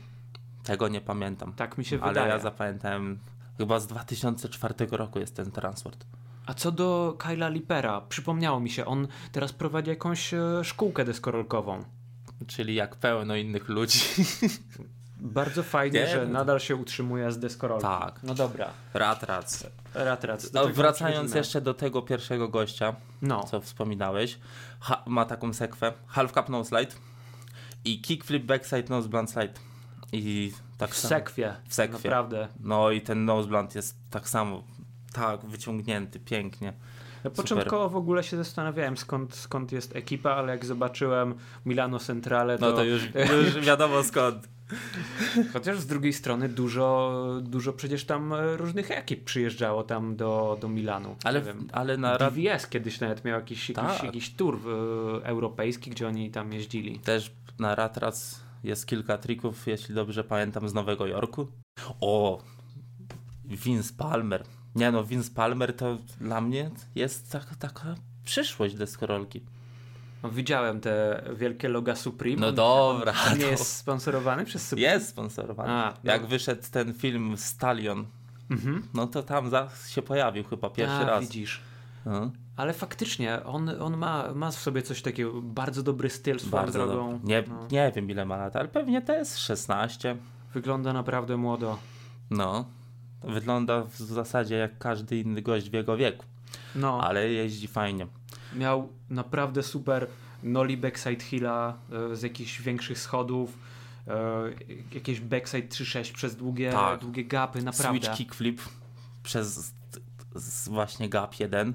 Speaker 1: Tego nie pamiętam.
Speaker 2: Tak mi się
Speaker 1: Ale
Speaker 2: wydaje.
Speaker 1: ja zapamiętałem. Chyba z 2004 roku jest ten Transword.
Speaker 2: A co do Kyla Lipera, przypomniało mi się, on teraz prowadzi jakąś e, szkółkę deskorolkową.
Speaker 1: Czyli jak pełno innych ludzi.
Speaker 2: Bardzo fajnie,
Speaker 1: Nie,
Speaker 2: że
Speaker 1: no to-
Speaker 2: nadal się utrzymuje z deskorolki.
Speaker 1: Tak.
Speaker 2: No dobra,
Speaker 1: Rat, rat.
Speaker 2: rat, rat. do
Speaker 1: No,
Speaker 2: tego
Speaker 1: wracając
Speaker 2: przechodzimy.
Speaker 1: jeszcze do tego pierwszego gościa,
Speaker 2: No.
Speaker 1: co wspominałeś, ha, ma taką sekwę Half Cup No Slide i Kickflip Backside Nose Blunt Slide. I tak
Speaker 2: W
Speaker 1: samo-
Speaker 2: sekwie.
Speaker 1: W sekwie.
Speaker 2: Naprawdę.
Speaker 1: No i ten Nose Blunt jest tak samo, tak wyciągnięty, pięknie.
Speaker 2: Ja Początkowo w ogóle się zastanawiałem skąd, skąd jest ekipa, ale jak zobaczyłem Milano Centrale, to,
Speaker 1: No to już, już wiadomo skąd.
Speaker 2: chociaż z drugiej strony dużo, dużo przecież tam e, różnych ekip przyjeżdżało tam do, do Milanu. E,
Speaker 1: Ale,
Speaker 2: Nie wiem.
Speaker 1: ale na rad...
Speaker 2: DVS kiedyś nawet miał jakiś, jakiś,
Speaker 1: Tak.
Speaker 2: jakiś tour w, europejski, gdzie oni tam jeździli.
Speaker 1: też na Ratrac jest kilka trików, jeśli dobrze pamiętam, z Nowego Jorku. O! Vince Palmer. Nie no, Vince Palmer to dla mnie jest taka, taka przyszłość deskorolki.
Speaker 2: No, widziałem te wielkie loga Supreme.
Speaker 1: No dobra.
Speaker 2: On nie
Speaker 1: no.
Speaker 2: jest sponsorowany przez Supreme.
Speaker 1: Jest sponsorowany.
Speaker 2: A,
Speaker 1: Jak
Speaker 2: no.
Speaker 1: wyszedł ten film Stallion,
Speaker 2: Mhm.
Speaker 1: no to tam za, się pojawił chyba pierwszy
Speaker 2: A,
Speaker 1: raz.
Speaker 2: widzisz.
Speaker 1: No,
Speaker 2: Ale faktycznie, on, on ma, ma w sobie coś takiego, bardzo dobry styl swoją
Speaker 1: bardzo
Speaker 2: drogą.
Speaker 1: dobrze. Nie,
Speaker 2: No.
Speaker 1: nie wiem ile ma lat, ale pewnie to jest 16.
Speaker 2: Wygląda naprawdę młodo.
Speaker 1: No. Wygląda w zasadzie jak każdy inny gość w jego wieku,
Speaker 2: No,
Speaker 1: ale jeździ fajnie.
Speaker 2: miał naprawdę super noli backside hilla e, z jakichś większych schodów, e, jakieś backside 3-6 przez długie,
Speaker 1: Tak.
Speaker 2: długie gapy, naprawdę.
Speaker 1: Switch kickflip przez t- z właśnie gap 1.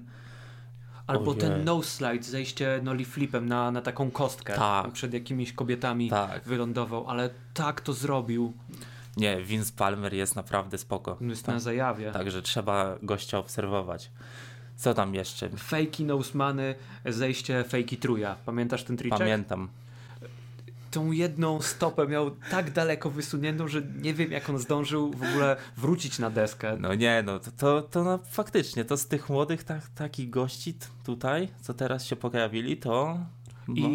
Speaker 2: Albo
Speaker 1: Ojej.
Speaker 2: ten no slide, zejście noli flipem na, na taką kostkę
Speaker 1: Tak.
Speaker 2: przed jakimiś kobietami
Speaker 1: Tak.
Speaker 2: wylądował, ale tak to zrobił,
Speaker 1: Nie, Vince Palmer jest naprawdę spoko.
Speaker 2: jest na zajawie.
Speaker 1: Także trzeba gościa obserwować. Co tam jeszcze?
Speaker 2: Fejki Nosemany, zejście fejki truja. Pamiętasz ten triczek?
Speaker 1: Pamiętam.
Speaker 2: Tą jedną stopę miał tak daleko wysuniętą, że nie wiem jak on zdążył w ogóle wrócić na deskę.
Speaker 1: No nie, no to, to, to no, faktycznie, to z tych młodych tak, takich gości t- tutaj, co teraz się pojawili, to... No,
Speaker 2: I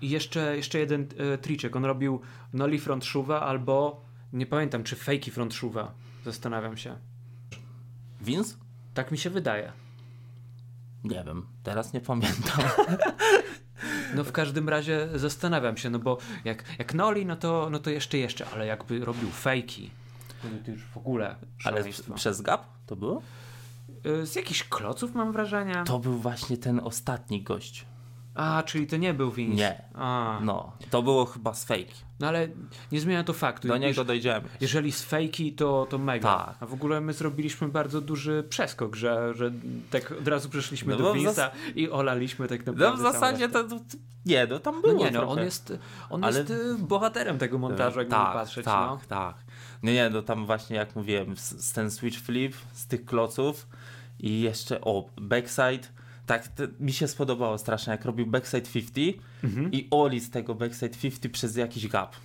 Speaker 2: i jeszcze, jeszcze jeden e, triczek. On robił noli front shuva albo nie pamiętam czy fejki front shuva. Zastanawiam się.
Speaker 1: Vince?
Speaker 2: Tak mi się wydaje.
Speaker 1: Nie wiem, teraz nie pamiętam.
Speaker 2: No w każdym razie zastanawiam się, no bo jak, jak noli, no to, no to jeszcze jeszcze, ale jakby robił fejki, to to już w ogóle
Speaker 1: Ale
Speaker 2: szaleństwo.
Speaker 1: p- przez gap to było?
Speaker 2: E, Z jakichś kloców mam wrażenie.
Speaker 1: To był właśnie ten ostatni gość.
Speaker 2: A, czyli to nie był Vince.
Speaker 1: Nie.
Speaker 2: A. No.
Speaker 1: No, to było chyba z fake.
Speaker 2: ale nie zmienia to faktu.
Speaker 1: Do
Speaker 2: Już-
Speaker 1: niego dojdziemy.
Speaker 2: Jeżeli z fejki, to, to mega.
Speaker 1: Tak.
Speaker 2: A w ogóle my zrobiliśmy bardzo duży przeskok, że, że tak od razu przeszliśmy
Speaker 1: No
Speaker 2: do
Speaker 1: bo w
Speaker 2: Vince'a i olaliśmy tak naprawdę.
Speaker 1: No w
Speaker 2: całą
Speaker 1: zasadzie
Speaker 2: resztę.
Speaker 1: to, to, nie, no tam
Speaker 2: No
Speaker 1: było
Speaker 2: nie no,
Speaker 1: trochę.
Speaker 2: on jest, on
Speaker 1: Ale- E,
Speaker 2: jest y, bohaterem tego montażu, jakby
Speaker 1: tak,
Speaker 2: patrzeć.
Speaker 1: tak,
Speaker 2: no.
Speaker 1: tak. Nie, nie, no tam właśnie jak mówiłem, z, z ten switch flip, z tych kloców i jeszcze, o, backside. Tak, to mi się spodobało strasznie, jak robił backside 50
Speaker 2: Mhm.
Speaker 1: i oli z tego backside 50 przez jakiś gap.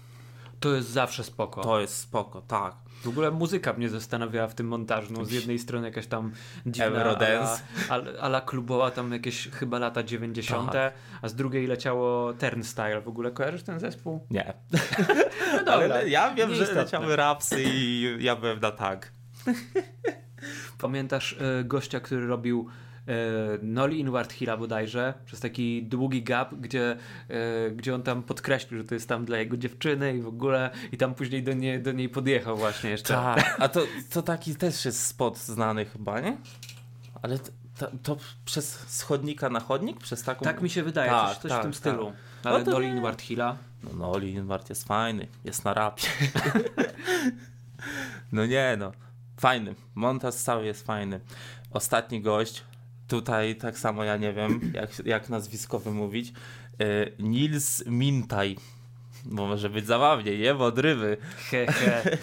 Speaker 2: To jest zawsze spoko.
Speaker 1: To jest spoko, tak.
Speaker 2: W ogóle muzyka mnie zastanawiała w tym montażu. No, z jednej strony jakaś tam dziwna
Speaker 1: Eurodance.
Speaker 2: ala, ala klubowa, tam jakieś chyba lata 90.,
Speaker 1: Tak.
Speaker 2: a z drugiej leciało Turnstyle. W ogóle kojarzysz ten zespół?
Speaker 1: Nie.
Speaker 2: No dobra,
Speaker 1: Ale ja wiem, że
Speaker 2: nieistotne.
Speaker 1: leciały rapsy i ja byłem na tak.
Speaker 2: Pamiętasz e, gościa, który robił e, Noli Inward Hilla bodajże, przez taki długi gap, gdzie, e, gdzie on tam podkreślił, że to jest tam dla jego dziewczyny i w ogóle, i tam później do, nie, do niej podjechał właśnie jeszcze.
Speaker 1: Tak. A to, to taki też jest spot znany chyba, nie? Ale to, to, to przez schodnika na chodnik? Przez taką...
Speaker 2: Tak mi się wydaje,
Speaker 1: Tak,
Speaker 2: coś, coś
Speaker 1: tak,
Speaker 2: w tym
Speaker 1: tak.
Speaker 2: stylu.
Speaker 1: No
Speaker 2: Ale
Speaker 1: to
Speaker 2: Noli
Speaker 1: nie.
Speaker 2: Inward Hilla.
Speaker 1: No, no Linwart jest fajny, jest na rapie. no nie no, fajny. Montaż cały jest fajny. Ostatni gość, tutaj tak samo ja nie wiem, jak, jak nazwisko wymówić. Yy, Nils Mintaj. Bo może być zabawnie, nie? Bo odrywy.
Speaker 2: He, he.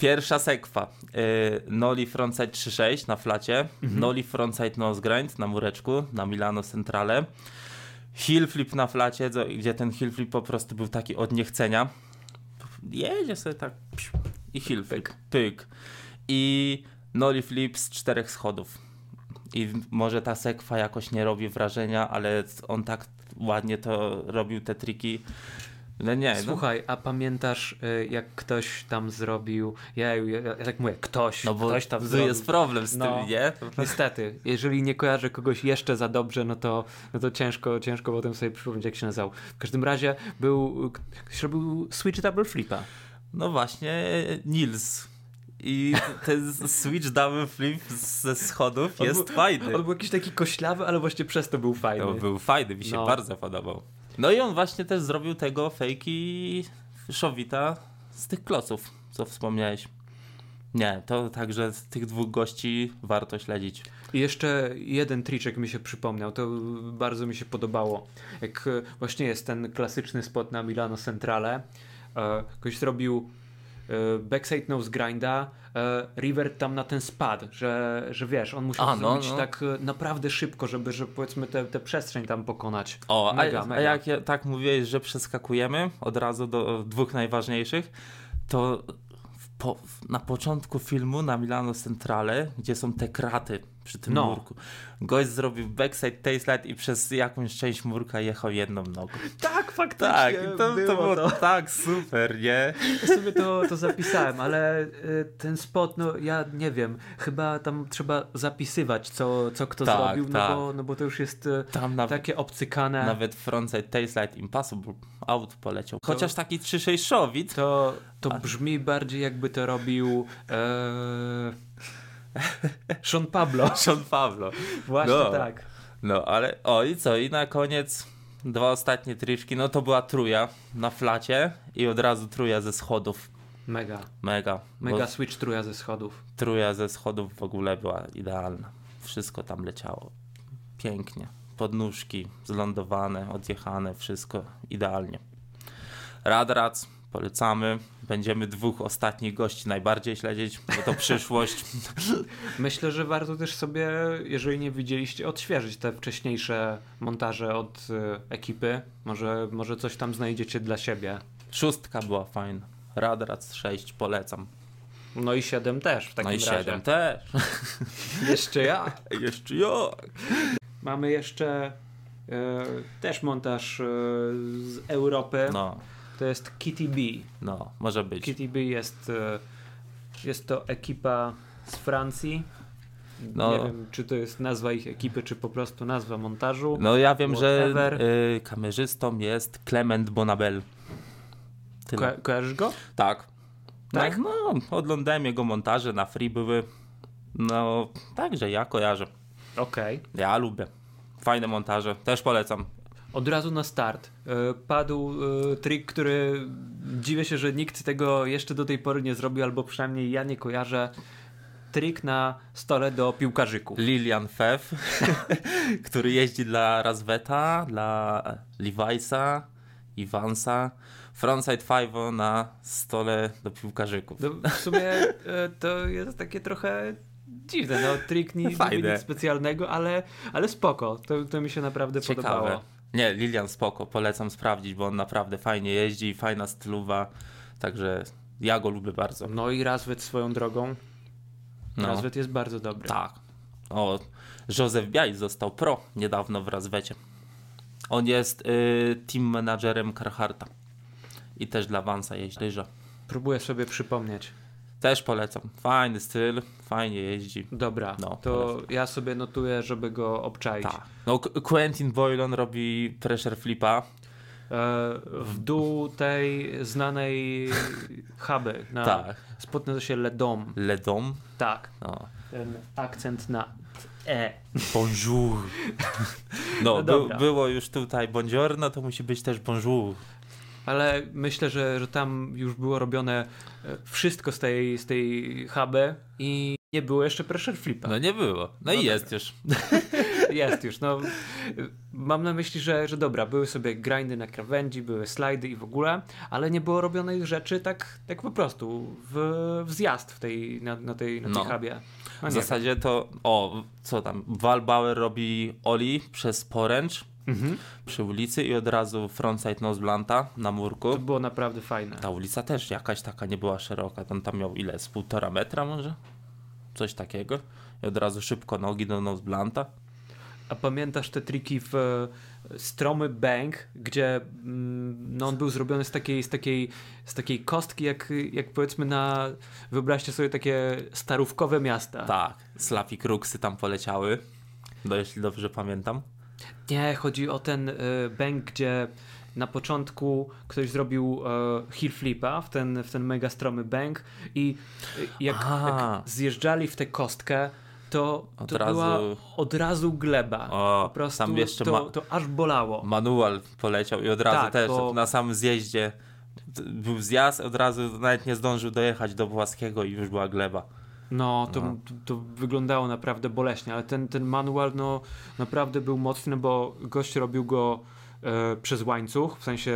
Speaker 1: Pierwsza sekwa. Yy, Noli Frontside 3.6 na flacie.
Speaker 2: Mhm.
Speaker 1: Noli Frontside Nose Grind na mureczku na Milano Centrale. Heel flip na flacie, co- gdzie ten heel flip po prostu był taki od niechcenia. Jedzie sobie tak psiu, i heel flip. Pyk. I Noli flip z czterech schodów. I może ta sekwa jakoś nie robi wrażenia, ale on tak ładnie to robił, te triki. No nie, no,
Speaker 2: Słuchaj, a pamiętasz, y, jak ktoś tam zrobił. Ja, ja, ja tak mówię, ktoś.
Speaker 1: no bo
Speaker 2: ktoś tam
Speaker 1: tu
Speaker 2: zrobił.
Speaker 1: jest problem z
Speaker 2: No.
Speaker 1: tym, nie?
Speaker 2: Niestety, jeżeli nie kojarzę kogoś jeszcze za dobrze, no to, no to ciężko, ciężko potem sobie przypomnieć, jak się nazywał. W każdym razie był. k- Ktoś robił Switch Double Flipa.
Speaker 1: No właśnie, Nils. I ten switch double flip ze schodów
Speaker 2: On
Speaker 1: jest
Speaker 2: był-
Speaker 1: fajny.
Speaker 2: On był jakiś taki koślawy, ale właśnie przez to był fajny.
Speaker 1: No, był fajny, mi się
Speaker 2: No.
Speaker 1: bardzo podobał. No i on właśnie też zrobił tego fejki Szowita z tych kloców, co wspomniałeś. Nie, to także z tych dwóch gości warto śledzić.
Speaker 2: I jeszcze jeden triczek mi się przypomniał, to bardzo mi się podobało. Jak e, właśnie jest ten klasyczny spot na Milano Centrale, e, ktoś zrobił e, backside nose grinda, e, River tam na ten spad, że, że wiesz, on musiał
Speaker 1: A, no,
Speaker 2: zrobić
Speaker 1: no.
Speaker 2: tak e, naprawdę szybko, żeby, że powiedzmy tę tę przestrzeń tam pokonać.
Speaker 1: O,
Speaker 2: mega,
Speaker 1: a,
Speaker 2: mega.
Speaker 1: a jak ja, tak mówiłeś, że przeskakujemy od razu do dwóch najważniejszych, to w, po, w, na początku filmu na Milano Centrale, gdzie są te kraty przy tym
Speaker 2: No.
Speaker 1: murku, gość zrobił backside tailslide i przez jakąś część murka jechał jedną nogą.
Speaker 2: Tak, faktycznie,
Speaker 1: Tak, to
Speaker 2: było
Speaker 1: było, to było
Speaker 2: to.
Speaker 1: tak super, nie?
Speaker 2: Ja sobie to, to zapisałem, ale e, ten spot, no ja nie wiem, chyba tam trzeba zapisywać, co, co kto
Speaker 1: Tak,
Speaker 2: zrobił,
Speaker 1: tak.
Speaker 2: No, bo, no bo to już jest e,
Speaker 1: Tam nawet-
Speaker 2: takie obcykane.
Speaker 1: Nawet frontside tailslide impossible out poleciał. Chociaż taki 3-6 szowit,
Speaker 2: To, to brzmi bardziej jakby to robił e... Sean Pablo.
Speaker 1: Sean Pablo.
Speaker 2: Właśnie
Speaker 1: No.
Speaker 2: tak.
Speaker 1: No ale o i co? I na koniec dwa ostatnie triczki. No to była truja na flacie i od razu truja ze schodów.
Speaker 2: Mega.
Speaker 1: Mega.
Speaker 2: Mega
Speaker 1: Bo
Speaker 2: switch truja ze schodów.
Speaker 1: truja ze schodów w ogóle była idealna. Wszystko tam leciało. Pięknie. Podnóżki zlądowane, odjechane, wszystko idealnie. Radrac, polecamy. Będziemy dwóch ostatnich gości najbardziej śledzić, bo to przyszłość.
Speaker 2: Myślę, że warto też sobie, jeżeli nie widzieliście, odświeżyć te wcześniejsze montaże od e, ekipy. Może, może coś tam znajdziecie dla siebie.
Speaker 1: Szóstka była fajna. Radrac 6 polecam.
Speaker 2: No i 7 też w takim
Speaker 1: No i
Speaker 2: razie.
Speaker 1: 7 też.
Speaker 2: Jeszcze ja.
Speaker 1: Jeszcze jak.
Speaker 2: Mamy jeszcze e, też montaż e, z Europy.
Speaker 1: No,
Speaker 2: To jest Kitty B.
Speaker 1: no, może być.
Speaker 2: Kitty B jest, e, jest to ekipa z Francji.
Speaker 1: No.
Speaker 2: Nie wiem, czy to jest nazwa ich ekipy, czy po prostu nazwa montażu.
Speaker 1: No ja wiem,
Speaker 2: Whatever.
Speaker 1: że y, kamerzystą jest Clement Bonabel. Tyle.
Speaker 2: Ko- kojarzysz go?
Speaker 1: tak.
Speaker 2: Tak?
Speaker 1: No, no, oglądałem jego montaże, na free były. No, także ja kojarzę.
Speaker 2: Okej.
Speaker 1: Ja lubię. Fajne montaże, też polecam.
Speaker 2: Od razu na start e, padł e, trik, który dziwię się, że nikt tego jeszcze do tej pory nie zrobił, albo przynajmniej ja nie kojarzę. Trik na stole do piłkarzyków.
Speaker 1: Lilian Feff, który jeździ dla Razveta, dla Levi'sa Iwansa, frontside five'o na stole do piłkarzyków.
Speaker 2: No, w sumie e, to jest takie trochę dziwne, no trik ni, niby
Speaker 1: Fajne.
Speaker 2: nic specjalnego, ale, ale spoko, to, to mi się naprawdę
Speaker 1: Ciekawe.
Speaker 2: podobało.
Speaker 1: Nie, Lilian spoko, polecam sprawdzić, bo on naprawdę fajnie jeździ, i fajna styluwa, także ja go lubię bardzo.
Speaker 2: No i Razwet swoją drogą,
Speaker 1: No.
Speaker 2: Razwet jest bardzo dobry.
Speaker 1: Tak. O, Józef Biaj został pro niedawno w Razwecie. On jest y, team menadżerem Carharta i też dla Vansa jeździ ryża.
Speaker 2: Próbuję sobie przypomnieć.
Speaker 1: Też polecam. Fajny styl, fajnie jeździ.
Speaker 2: Dobra,
Speaker 1: No,
Speaker 2: to ja sobie notuję, żeby go obczaić.
Speaker 1: Tak. No, Qu- Quentin Boylon robi pressure flipa.
Speaker 2: E, w dół tej znanej huby. Na,
Speaker 1: Tak.
Speaker 2: Spod nazywa się Ledom.
Speaker 1: Ledom.
Speaker 2: Tak.
Speaker 1: No.
Speaker 2: Ten akcent na E.
Speaker 1: Bonjour. No,
Speaker 2: No
Speaker 1: był-
Speaker 2: dobra.
Speaker 1: było już tutaj buongiorno, to musi być też bonjour.
Speaker 2: Ale myślę, że, że tam już było robione e, wszystko z tej, z tej huby i nie było jeszcze pressure flipa.
Speaker 1: No nie było. No, i jest już.
Speaker 2: Jest już, no. Mam na myśli, że, że dobra, były sobie grindy na krawędzi, były slajdy i w ogóle, ale nie było robionych rzeczy tak, tak po prostu w, w zjazd w tej, na, na tej, na
Speaker 1: No.
Speaker 2: tej hubie. No
Speaker 1: W
Speaker 2: nie
Speaker 1: zasadzie to, o, co tam, Walbauer robi Oli przez poręcz przy ulicy i od razu frontside noseblanta na
Speaker 2: To
Speaker 1: murku.
Speaker 2: było naprawdę fajne.
Speaker 1: Ta ulica też jakaś taka nie była szeroka, on tam miał ile, z półtora metra może? Coś takiego. I od razu szybko nogi do noseblanta.
Speaker 2: A pamiętasz te triki w e, stromy bank, gdzie mm, no, on był zrobiony z takiej, z takiej, z takiej kostki, jak, jak powiedzmy na, wyobraźcie sobie takie starówkowe miasta.
Speaker 1: Tak, Slappy Kruksy tam poleciały, no, jeśli dobrze pamiętam.
Speaker 2: Nie, chodzi o ten y, bank, gdzie na początku ktoś zrobił e, heel flipa w ten, w ten mega stromy bank i y, jak,
Speaker 1: A.
Speaker 2: jak zjeżdżali w tę kostkę, to,
Speaker 1: Od
Speaker 2: to
Speaker 1: razu-
Speaker 2: była od razu gleba.
Speaker 1: O,
Speaker 2: po prostu
Speaker 1: tam jeszcze
Speaker 2: to,
Speaker 1: ma-
Speaker 2: to aż bolało.
Speaker 1: Manual poleciał i od razu
Speaker 2: Tak,
Speaker 1: też
Speaker 2: bo-
Speaker 1: na samym zjeździe t- był zjazd, od razu nawet nie zdążył dojechać do Właskiego i już była gleba.
Speaker 2: No, to, to, to wyglądało naprawdę boleśnie, ale ten, ten manual no, naprawdę był mocny, bo gość robił go e, przez łańcuch, w sensie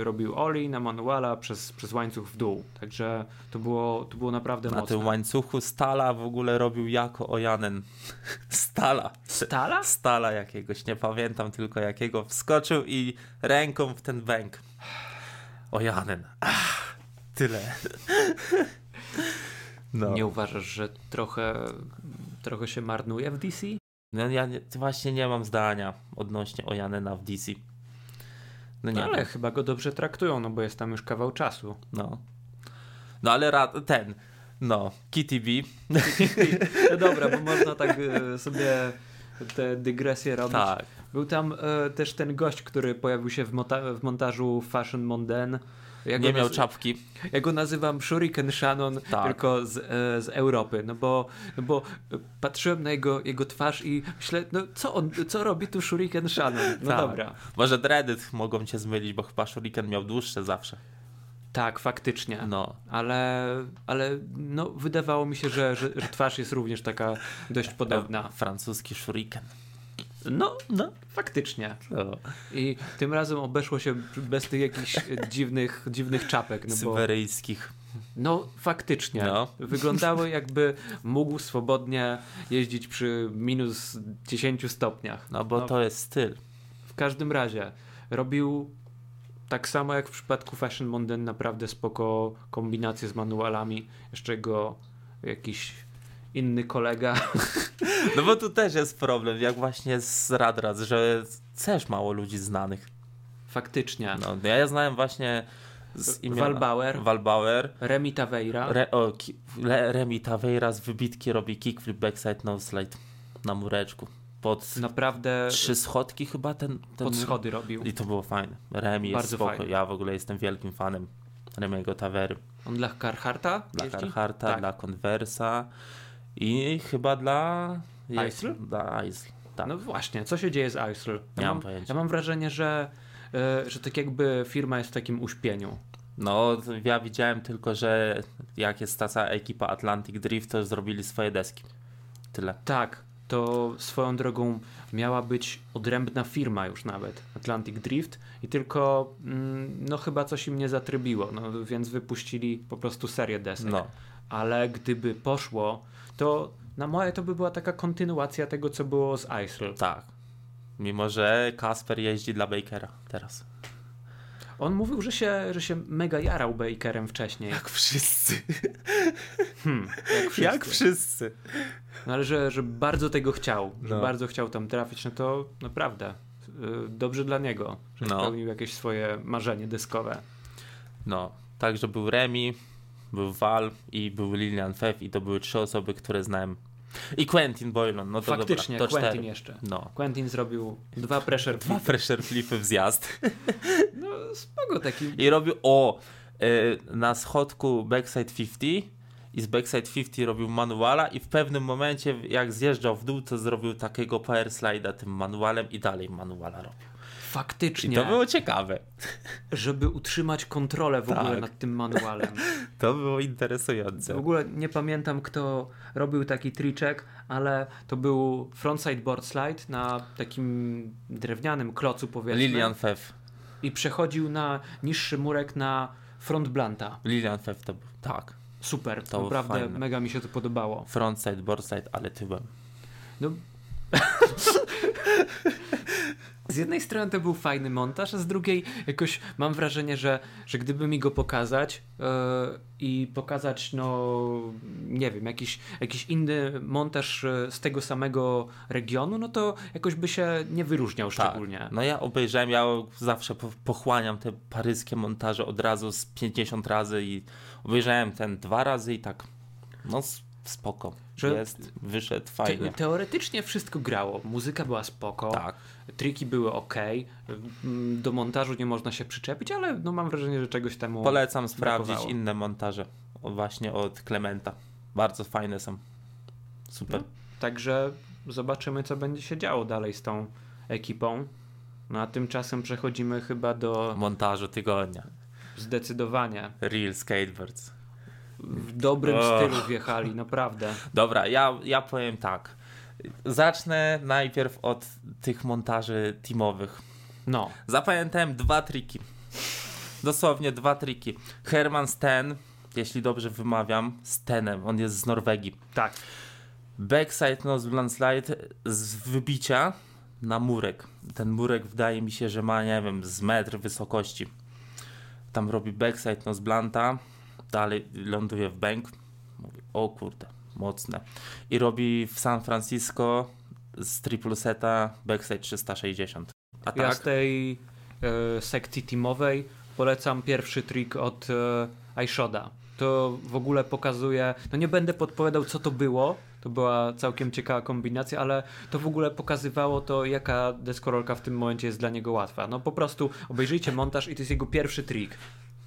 Speaker 2: e, robił oli na manuala przez, przez łańcuch w dół, także to było, to było naprawdę
Speaker 1: Na
Speaker 2: mocne.
Speaker 1: tym łańcuchu Stala w ogóle robił jako Ojanen. Stala.
Speaker 2: Stala?
Speaker 1: Stala jakiegoś, nie pamiętam tylko jakiego. Wskoczył i ręką w ten bęk. Ojanen. Ach, tyle. No.
Speaker 2: Nie uważasz, że trochę, trochę się marnuje w DC?
Speaker 1: no ja nie, właśnie nie mam zdania odnośnie Ojanena w DC. No nie.
Speaker 2: No, ale
Speaker 1: wiem.
Speaker 2: chyba go dobrze traktują, no bo jest tam już kawał czasu.
Speaker 1: No. No ale ra- ten. No, Kitty B.
Speaker 2: No dobra, bo można tak e, sobie te dygresje robić.
Speaker 1: Tak.
Speaker 2: Był tam e, też ten gość, który pojawił się w, monta- w montażu Fashion Monden. Ja go
Speaker 1: Nie miał
Speaker 2: nazy-
Speaker 1: czapki.
Speaker 2: Ja go nazywam Shuriken Shannon,
Speaker 1: Tak.
Speaker 2: tylko z, e, z Europy, no bo, no bo e, patrzyłem na jego, jego twarz i myślę, no co on, co robi tu Shuriken Shannon? No
Speaker 1: Tak.
Speaker 2: dobra.
Speaker 1: Może dreadyt mogą cię zmylić, bo chyba Shuriken miał dłuższe zawsze.
Speaker 2: Tak, faktycznie.
Speaker 1: No.
Speaker 2: Ale, ale no, wydawało mi się, że, że, że twarz jest również taka dość
Speaker 1: No.
Speaker 2: podobna.
Speaker 1: Francuski Shuriken.
Speaker 2: No, no, faktycznie.
Speaker 1: No.
Speaker 2: I tym razem obeszło się bez tych jakichś e, dziwnych, dziwnych czapek. No, bo,
Speaker 1: Syberyjskich.
Speaker 2: no faktycznie.
Speaker 1: No.
Speaker 2: Wyglądało jakby mógł swobodnie jeździć przy minus 10 stopniach.
Speaker 1: No bo to jest styl.
Speaker 2: W każdym razie robił tak samo jak w przypadku Fashion Monden naprawdę spoko kombinacje z manualami. Jeszcze go jakiś inny kolega
Speaker 1: No bo tu też jest problem, jak właśnie z Radras, że też mało ludzi znanych.
Speaker 2: faktycznie.
Speaker 1: No, ja ja znałem właśnie z imienia...
Speaker 2: Walbauer.
Speaker 1: Walbauer.
Speaker 2: Remi Taveira.
Speaker 1: Re, o, ki, le, Remi Taveira z wybitki robi kickflip backside noseslide na mureczku. Pod
Speaker 2: naprawdę
Speaker 1: trzy schodki chyba ten... ten
Speaker 2: No, e, pod
Speaker 1: mur-
Speaker 2: schody robił.
Speaker 1: I to było fajne. Remi jest
Speaker 2: Bardzo
Speaker 1: spoko.
Speaker 2: fajne.
Speaker 1: Ja w ogóle jestem wielkim fanem Remiego Tavery.
Speaker 2: On dla Carharta
Speaker 1: Dla
Speaker 2: jeździ?
Speaker 1: Carharta,
Speaker 2: Tak.
Speaker 1: dla Conversa i chyba dla... jest-
Speaker 2: Isle?
Speaker 1: Dla Isle, tak.
Speaker 2: No właśnie, co się dzieje z ISL?
Speaker 1: Nie mam
Speaker 2: mam,
Speaker 1: pojęcia.
Speaker 2: ja mam wrażenie, że, e, że tak jakby firma jest w takim uśpieniu.
Speaker 1: No, ja widziałem tylko, że jak jest ta cała ekipa Atlantic Drift, to zrobili swoje deski. Tyle.
Speaker 2: Tak, to swoją drogą miała być odrębna firma już nawet, Atlantic Drift i tylko mm, no chyba coś im nie zatrybiło, no, więc wypuścili po prostu serię desek.
Speaker 1: No.
Speaker 2: Ale gdyby poszło, to na moje to by była taka kontynuacja tego, co było z Isle.
Speaker 1: Tak. Mimo, że Kasper jeździ dla Bakera teraz.
Speaker 2: On mówił, że się, że się mega jarał Bakerem wcześniej.
Speaker 1: Jak wszyscy.
Speaker 2: Jak wszyscy.
Speaker 1: Hmm, Jak wszyscy.
Speaker 2: No ale że, że bardzo tego chciał, że
Speaker 1: No.
Speaker 2: bardzo chciał tam trafić, no to naprawdę y, dobrze dla niego, że
Speaker 1: No.
Speaker 2: spełnił jakieś swoje marzenie dyskowe.
Speaker 1: No, także był Remi, był Val i był Lilian Feff i to były trzy osoby, które znałem. I Quentin Boylan, no to
Speaker 2: Faktycznie,
Speaker 1: dobra, to
Speaker 2: Quentin
Speaker 1: cztery.
Speaker 2: jeszcze.
Speaker 1: No.
Speaker 2: Quentin zrobił dwa pressure
Speaker 1: Dwa
Speaker 2: flip.
Speaker 1: pressure flipy w zjazd.
Speaker 2: No spoko taki.
Speaker 1: I robił, o, e, na schodku backside 50 i z backside 50 robił manuala i w pewnym momencie jak zjeżdżał w dół, to zrobił takiego power slide'a tym manualem i dalej manuala robił. I
Speaker 2: Faktycznie,
Speaker 1: to było ciekawe.
Speaker 2: żeby utrzymać kontrolę w ogóle
Speaker 1: Tak.
Speaker 2: nad tym manualem.
Speaker 1: To było
Speaker 2: W
Speaker 1: interesujące.
Speaker 2: ogóle nie pamiętam, kto robił taki triczek, ale to był frontside board slide na takim drewnianym klocu, powiedzmy.
Speaker 1: Lilian Feff.
Speaker 2: I przechodził na niższy murek na front blanta.
Speaker 1: Lilian Feff to był, tak.
Speaker 2: Super,
Speaker 1: To
Speaker 2: naprawdę
Speaker 1: fajne.
Speaker 2: mega mi się to podobało.
Speaker 1: Frontside, boardside, ale tyłem.
Speaker 2: No. Z jednej strony to był fajny montaż, a z drugiej jakoś mam wrażenie, że, że gdyby mi go pokazać yy, i pokazać, no nie wiem, jakiś, jakiś inny montaż yy, z tego samego regionu, no to jakoś by się nie wyróżniał szczególnie.
Speaker 1: Tak. No ja obejrzałem, ja zawsze po- pochłaniam te paryskie montaże od razu z 50 razy i obejrzałem ten dwa razy i tak, no s- spoko,
Speaker 2: Że-
Speaker 1: jest, wyszedł,
Speaker 2: Te,
Speaker 1: fajnie.
Speaker 2: teoretycznie wszystko grało, muzyka była spoko,
Speaker 1: Tak.
Speaker 2: triki były ok, do montażu nie można się przyczepić, ale no mam wrażenie, że czegoś temu
Speaker 1: Polecam sprawdzić
Speaker 2: brakowało.
Speaker 1: inne montaże o- właśnie od Klementa. Bardzo fajne są. Super.
Speaker 2: No Także zobaczymy, co będzie się działo dalej z tą ekipą. No a tymczasem przechodzimy chyba do
Speaker 1: Montażu tygodnia.
Speaker 2: zdecydowanie.
Speaker 1: Real Skateboards.
Speaker 2: W dobrym
Speaker 1: Och.
Speaker 2: stylu wjechali, naprawdę.
Speaker 1: Dobra, ja, ja powiem tak. Zacznę najpierw od tych montaży teamowych.
Speaker 2: No,
Speaker 1: Zapamiętałem dwa triki. Dosłownie dwa triki. Herman Sten, jeśli dobrze wymawiam, Stenem, on jest z Norwegii.
Speaker 2: tak.
Speaker 1: Backside nose blunt slide z wybicia na murek. Ten murek wydaje mi się, że ma, nie wiem, z metr wysokości. Tam robi backside nose blanta, dalej ląduje w bank. Mówi, o kurde, mocne. I robi w San Francisco z triple seta backside 360. A
Speaker 2: Ja
Speaker 1: tak,
Speaker 2: z tej e, sekcji teamowej polecam pierwszy trik od e, iShoda. To w ogóle pokazuje, no nie będę podpowiadał co to było, to była całkiem ciekawa kombinacja, ale to w ogóle pokazywało to, jaka deskorolka w tym momencie jest dla niego łatwa. No po prostu obejrzyjcie montaż i to jest jego pierwszy trik.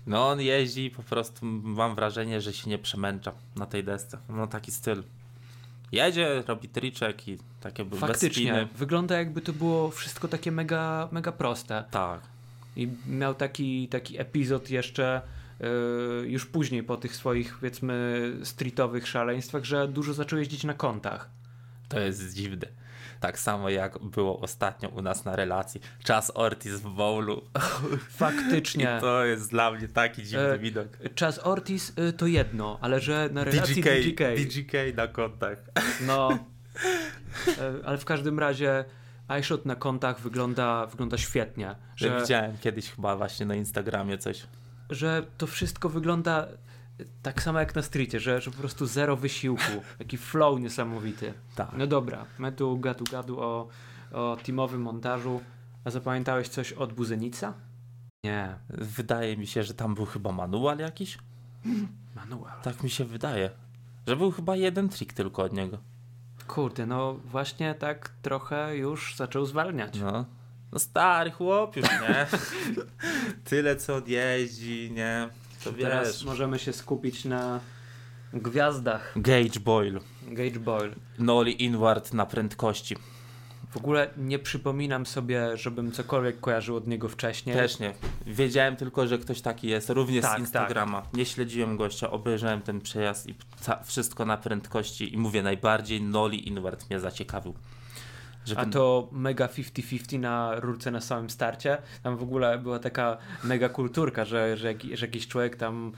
Speaker 1: no on jeździ i po prostu mam wrażenie, że się nie przemęcza na tej desce. No taki styl. Jedzie, robi triczek i takie bez
Speaker 2: Faktycznie,
Speaker 1: spiny.
Speaker 2: wygląda jakby to było wszystko takie mega, mega proste.
Speaker 1: Tak.
Speaker 2: I miał taki, taki epizod jeszcze y, już później po tych swoich powiedzmy streetowych szaleństwach, że dużo zaczął jeździć na kontach.
Speaker 1: To jest dziwne. Tak samo jak było ostatnio u nas na relacji. Czas Ortiz w bowlu. I
Speaker 2: Faktycznie.
Speaker 1: to jest dla mnie taki dziwny
Speaker 2: E,
Speaker 1: widok.
Speaker 2: Czas Ortiz y, to jedno, ale że na relacji
Speaker 1: DGK,
Speaker 2: DGK.
Speaker 1: DGK na kontach.
Speaker 2: No. Y, ale w każdym razie iShot na kontach wygląda, wygląda świetnie.
Speaker 1: Że
Speaker 2: Że,
Speaker 1: widziałem kiedyś chyba właśnie na Instagramie coś.
Speaker 2: że to wszystko wygląda y, tak samo jak na streetie, że, że po prostu zero wysiłku. Taki flow niesamowity.
Speaker 1: Tak.
Speaker 2: No dobra, my tu gadu gadu o, o teamowym montażu. A zapamiętałeś coś od Buzenica? Nie,
Speaker 1: Wydaje mi się, że tam był chyba manual jakiś.
Speaker 2: manual.
Speaker 1: Tak mi się wydaje. Że był chyba jeden trik tylko od niego.
Speaker 2: Kurde, no właśnie tak trochę już zaczął zwalniać.
Speaker 1: No. No stary chłop już, nie? Tyle co odjeździ, nie? To wiesz.
Speaker 2: Teraz możemy się skupić na gwiazdach
Speaker 1: Gage Boyle.
Speaker 2: Gage Boyle.
Speaker 1: Noli inward na prędkości.
Speaker 2: W W ogóle nie przypominam sobie, żebym cokolwiek kojarzył od niego wcześniej.
Speaker 1: Też nie. Wiedziałem tylko, że ktoś taki jest, również
Speaker 2: Tak,
Speaker 1: z Instagrama. Nie śledziłem gościa, obejrzałem ten przejazd i ca- wszystko na prędkości i mówię, najbardziej Noli Inward mnie zaciekawił. Żeby...
Speaker 2: A to mega 50-50 na rurce na samym starcie. Tam w ogóle była taka mega kulturka, że, że, jaki- że jakiś człowiek tam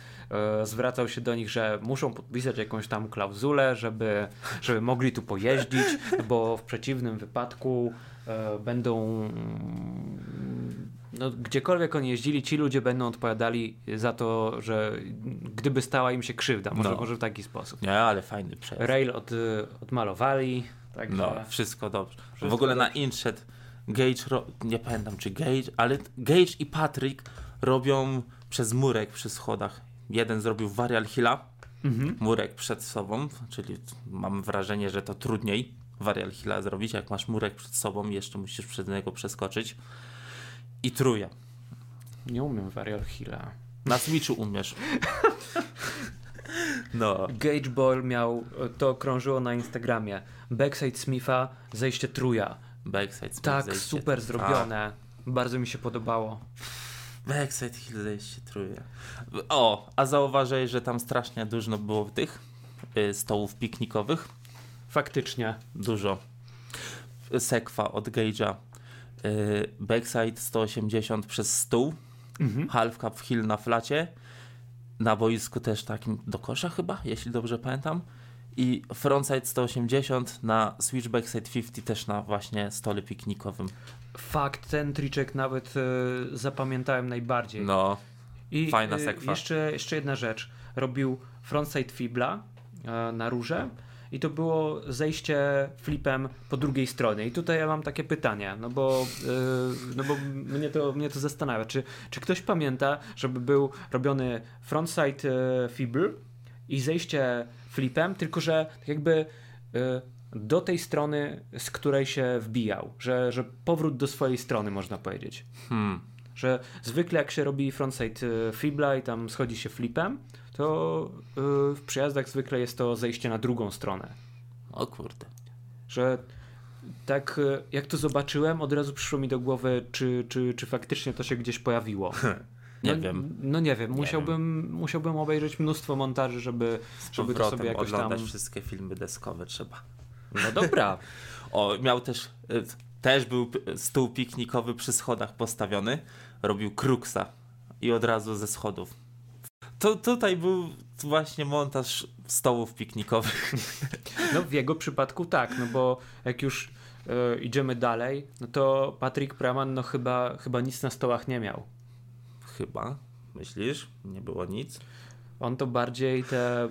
Speaker 2: e, zwracał się do nich, że muszą podpisać jakąś tam klauzulę, żeby, żeby mogli tu pojeździć, bo w przeciwnym wypadku e, będą. mm, No, gdziekolwiek oni jeździli, ci ludzie będą odpowiadali za to, że gdyby stała im się krzywda, może,
Speaker 1: No.
Speaker 2: może w taki sposób.
Speaker 1: Nie, ale fajny przejazd.
Speaker 2: Rail od, odmalowali, także...
Speaker 1: No, wszystko dobrze. w ogóle na Inszed Gage, ro... nie pamiętam czy Gage, ale Gage i Patrick robią przez murek przy schodach. Jeden zrobił Varial Hilla,
Speaker 2: Mhm.
Speaker 1: murek przed sobą, czyli mam wrażenie, że to trudniej Varial Hilla zrobić, jak masz murek przed sobą, jeszcze musisz przed niego przeskoczyć. I truje.
Speaker 2: Nie umiem Varial Hilla.
Speaker 1: Na Switchu umiesz. No.
Speaker 2: Gage Ball miał, to krążyło na Instagramie, Backside Smitha, zejście truja.
Speaker 1: Backside Smith
Speaker 2: Tak,
Speaker 1: zejście.
Speaker 2: super
Speaker 1: A,
Speaker 2: zrobione. Bardzo mi się podobało.
Speaker 1: Backside Hill zejście truje. O, a zauważyłeś, że tam strasznie dużo było tych y, stołów piknikowych.
Speaker 2: Faktycznie.
Speaker 1: Dużo. Sekwa od Gage'a. Y, backside 180 przez stół. Half cup hill na flacie. Na boisku też takim do kosza chyba, jeśli dobrze pamiętam. I frontside 180 na switch backside 50 też na właśnie stole piknikowym.
Speaker 2: Fakt, ten triczek nawet y, zapamiętałem najbardziej.
Speaker 1: No,
Speaker 2: I
Speaker 1: fajna
Speaker 2: y,
Speaker 1: sekwa.
Speaker 2: Jeszcze, jeszcze jedna rzecz. Robił frontside fibla e, na rurze i to było zejście flipem po drugiej stronie. I tutaj ja mam takie pytanie, no bo, y, no bo mnie, to, mnie to zastanawia. Czy, czy ktoś pamięta, żeby był robiony frontside e, fibl i zejście flipem, tylko że tak jakby y, do tej strony, z której się wbijał, że, że powrót do swojej strony, można powiedzieć.
Speaker 1: hmm.
Speaker 2: Że zwykle jak się robi frontside y, fibla i tam schodzi się flipem, to y, w przyjazdach zwykle jest to zejście na drugą stronę.
Speaker 1: O kurde.
Speaker 2: Że tak y, jak to zobaczyłem, od razu przyszło mi do głowy, czy, czy, czy faktycznie to się gdzieś pojawiło.
Speaker 1: Nie
Speaker 2: no,
Speaker 1: wiem.
Speaker 2: No nie wiem, musiałbym, musiałbym obejrzeć mnóstwo montaży, żeby,
Speaker 1: Z
Speaker 2: żeby to
Speaker 1: powrotem
Speaker 2: sobie jakoś tam...
Speaker 1: oglądać wszystkie filmy deskowe trzeba.
Speaker 2: No dobra,
Speaker 1: O, miał też, y, też był p- stół piknikowy przy schodach postawiony, robił kruksa i od razu ze schodów. To tutaj był właśnie montaż stołów piknikowych.
Speaker 2: No w jego przypadku tak, no bo jak już e, idziemy dalej, no to Patrick Praman no chyba, chyba nic na stołach nie miał.
Speaker 1: Chyba, myślisz? Nie było nic.
Speaker 2: On to bardziej te...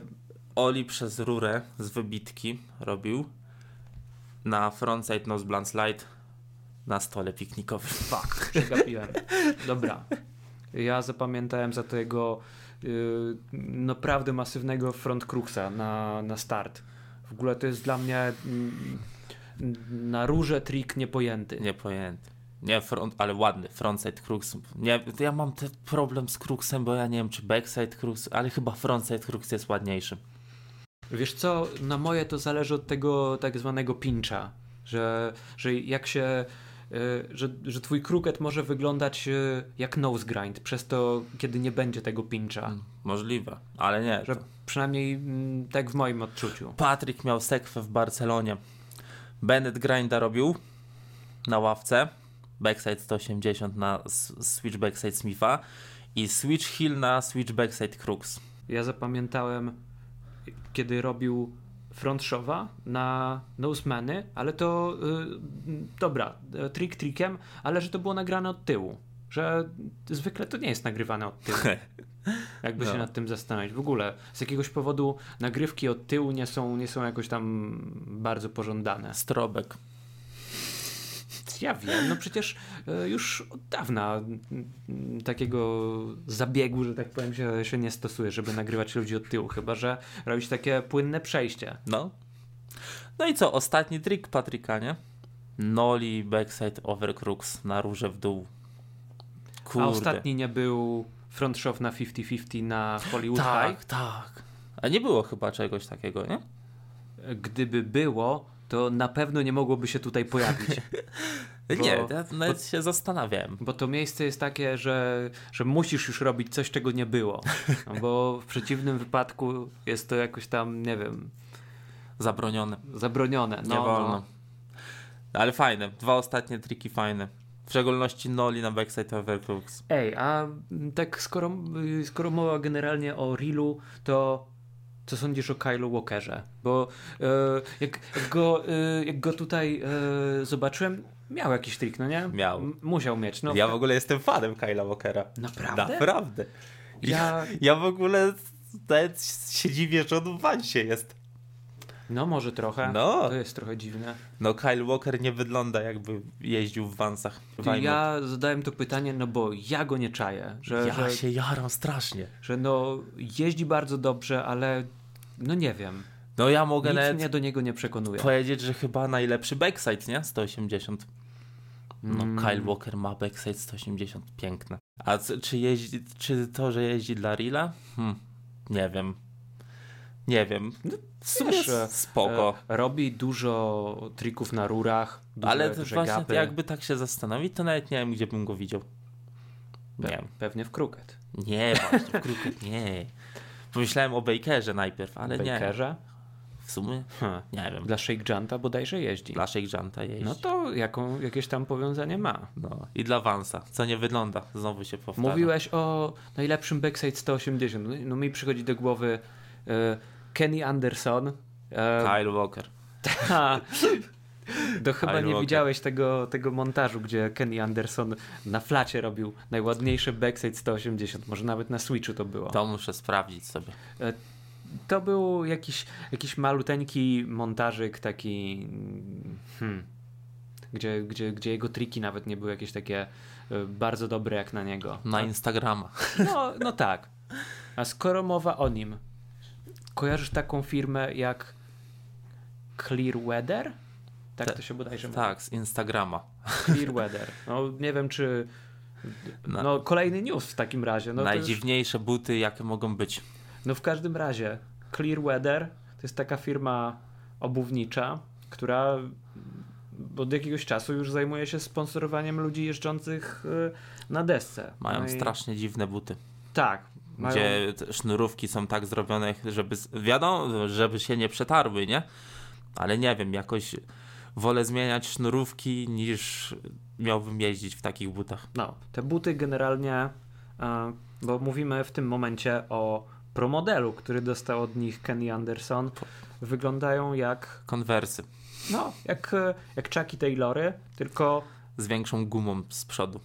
Speaker 1: Oli przez rurę z wybitki robił na frontside nose blunt slide na stole piknikowym.
Speaker 2: Fuck, przegapiłem. Dobra. Ja zapamiętałem za to jego y, naprawdę masywnego front cruksa na, na start. W ogóle to jest dla mnie mm, na róże trik niepojęty.
Speaker 1: Niepojęty. Nie, front, ale ładny, frontside crux. Nie, to ja mam ten problem z kruksem, bo ja nie wiem, czy backside crux, ale chyba frontside crux jest ładniejszy.
Speaker 2: Wiesz co, na moje to zależy od tego tak zwanego pincha, że, że jak się, y, że, że twój kruket może wyglądać y, jak nose grind, przez to kiedy nie będzie tego pincha,
Speaker 1: Możliwe, ale nie.
Speaker 2: że
Speaker 1: to-
Speaker 2: przynajmniej mm, tak w moim odczuciu.
Speaker 1: Patryk miał sekwę w Barcelonie. Bennett Grinda robił na ławce. Backside 180 na s- switch backside Smitha i switch heel na switch backside crux.
Speaker 2: Ja zapamiętałem, kiedy robił front showa na nosemany, ale to y, dobra, y, trik trikiem, ale że to było nagrane od tyłu. Że zwykle to nie jest nagrywane od tyłu. Jakby
Speaker 1: No.
Speaker 2: się nad tym zastanawiać. W ogóle z jakiegoś powodu nagrywki od tyłu nie są, nie są jakoś tam bardzo pożądane.
Speaker 1: Strobek.
Speaker 2: Ja wiem, no przecież e, już od dawna m, m, takiego zabiegu, że tak powiem, się, się nie stosuje, żeby nagrywać ludzi od tyłu, chyba że robić takie płynne przejście.
Speaker 1: No. No i co? Ostatni trik Patryka, nie? Noli backside over crux na róże w dół. Kurde.
Speaker 2: A ostatni nie był front shove na 50-50 na Hollywood
Speaker 1: Tak,
Speaker 2: High.
Speaker 1: tak. A nie było chyba czegoś takiego, nie?
Speaker 2: Gdyby było, to na pewno nie mogłoby się tutaj pojawić. Bo-
Speaker 1: nie, ja nawet się zastanawiałem.
Speaker 2: Bo to miejsce jest takie, że, że musisz już robić coś, czego nie było. No Bo w przeciwnym wypadku jest to jakoś tam, nie wiem,
Speaker 1: Zabronione.
Speaker 2: zabronione. No,
Speaker 1: nie wolno.
Speaker 2: No.
Speaker 1: Ale fajne. Dwa ostatnie triki fajne. W szczególności Noli na Backside Overclocks.
Speaker 2: Ej, a mm, tak skoro, y, skoro mowa generalnie o Reelu, to co sądzisz o Kylu Walkerze? Bo y, jak, jak, go, y, jak go tutaj y, zobaczyłem, miał jakiś trik, no nie?
Speaker 1: Miał.
Speaker 2: M- musiał mieć. No,
Speaker 1: Ja w ogóle jestem fanem Kyla Walkera.
Speaker 2: Naprawdę?
Speaker 1: Naprawdę. Ja,
Speaker 2: Ja-
Speaker 1: ja w ogóle nawet się dziwię, że on w wansie jest.
Speaker 2: no może trochę.
Speaker 1: No.
Speaker 2: To jest trochę dziwne.
Speaker 1: No Kyle Walker nie wygląda jakby jeździł w wansach.
Speaker 2: Ty, ja zadałem to pytanie, no bo ja go nie czaję. Że,
Speaker 1: ja
Speaker 2: że,
Speaker 1: się jaram strasznie.
Speaker 2: że no jeździ bardzo dobrze, ale no nie wiem.
Speaker 1: No ja mogę
Speaker 2: Nic
Speaker 1: nawet
Speaker 2: mnie do niego nie przekonuje.
Speaker 1: powiedzieć, że chyba najlepszy backside, nie? 180. No Kyle Walker ma backside 180, piękne. A c- czy jeździ, czy to, że jeździ dla Rila? Hm, nie wiem. Nie wiem. No, W sumie
Speaker 2: Wiesz, e,
Speaker 1: spoko.
Speaker 2: e, Robi dużo trików na rurach, duże,
Speaker 1: Ale to
Speaker 2: duże
Speaker 1: właśnie
Speaker 2: gapy.
Speaker 1: jakby tak się zastanowić, to nawet nie wiem, gdzie bym go widział. Nie
Speaker 2: Pe-
Speaker 1: wiem.
Speaker 2: pewnie w kruket.
Speaker 1: Nie, właśnie, w kruku, nie. Pomyślałem o Bakerze najpierw, ale nie.
Speaker 2: Bakerze?
Speaker 1: W sumie
Speaker 2: Hm.
Speaker 1: nie wiem.
Speaker 2: Dla Shake Janta bodajże jeździ.
Speaker 1: Dla Shakejanta jeździ.
Speaker 2: No
Speaker 1: No.
Speaker 2: to jaką, jakieś tam powiązanie ma.
Speaker 1: I dla Vansa, co nie wygląda. Znowu się powtarza.
Speaker 2: Mówiłeś o najlepszym backside 180. No, no mi przychodzi do głowy e, Kenny Anderson. E,
Speaker 1: Kyle Walker.
Speaker 2: ta, to chyba
Speaker 1: Kyle
Speaker 2: nie
Speaker 1: Walker.
Speaker 2: widziałeś tego, tego montażu, gdzie Kenny Anderson na flacie robił najładniejszy backside 180. Może nawet na Switchu to było.
Speaker 1: To muszę sprawdzić sobie.
Speaker 2: E, To był jakiś, jakiś maluteńki montażyk taki, mm, hmm, gdzie, gdzie, gdzie jego triki nawet nie były jakieś takie e, bardzo dobre jak na niego.
Speaker 1: Na Instagrama.
Speaker 2: No, no tak. A skoro mowa o nim, kojarzysz taką firmę jak Clear Weather? Tak
Speaker 1: Te-
Speaker 2: to się bodajże mówi.
Speaker 1: Tak, z Instagrama.
Speaker 2: Clear Weather. No nie wiem czy...
Speaker 1: Na-
Speaker 2: No kolejny news w takim razie. No, to już-
Speaker 1: Najdziwniejsze buty, jakie mogą być.
Speaker 2: No w każdym razie, Clearweather to jest taka firma obuwnicza, która od jakiegoś czasu już zajmuje się sponsorowaniem ludzi jeżdżących y, na desce.
Speaker 1: Mają
Speaker 2: No i-
Speaker 1: strasznie dziwne buty.
Speaker 2: Tak. Mają...
Speaker 1: Gdzie te sznurówki są tak zrobione, żeby. s- Wiadomo, żeby się nie przetarły, nie? Ale nie wiem, jakoś wolę zmieniać sznurówki niż miałbym jeździć w takich butach.
Speaker 2: No, te buty generalnie, y, bo mówimy w tym momencie o promodelu, który dostał od nich Kenny Anderson, wyglądają jak,
Speaker 1: Konwersy
Speaker 2: no, jak, y, jak Chucky Taylory, tylko
Speaker 1: z większą gumą z przodu.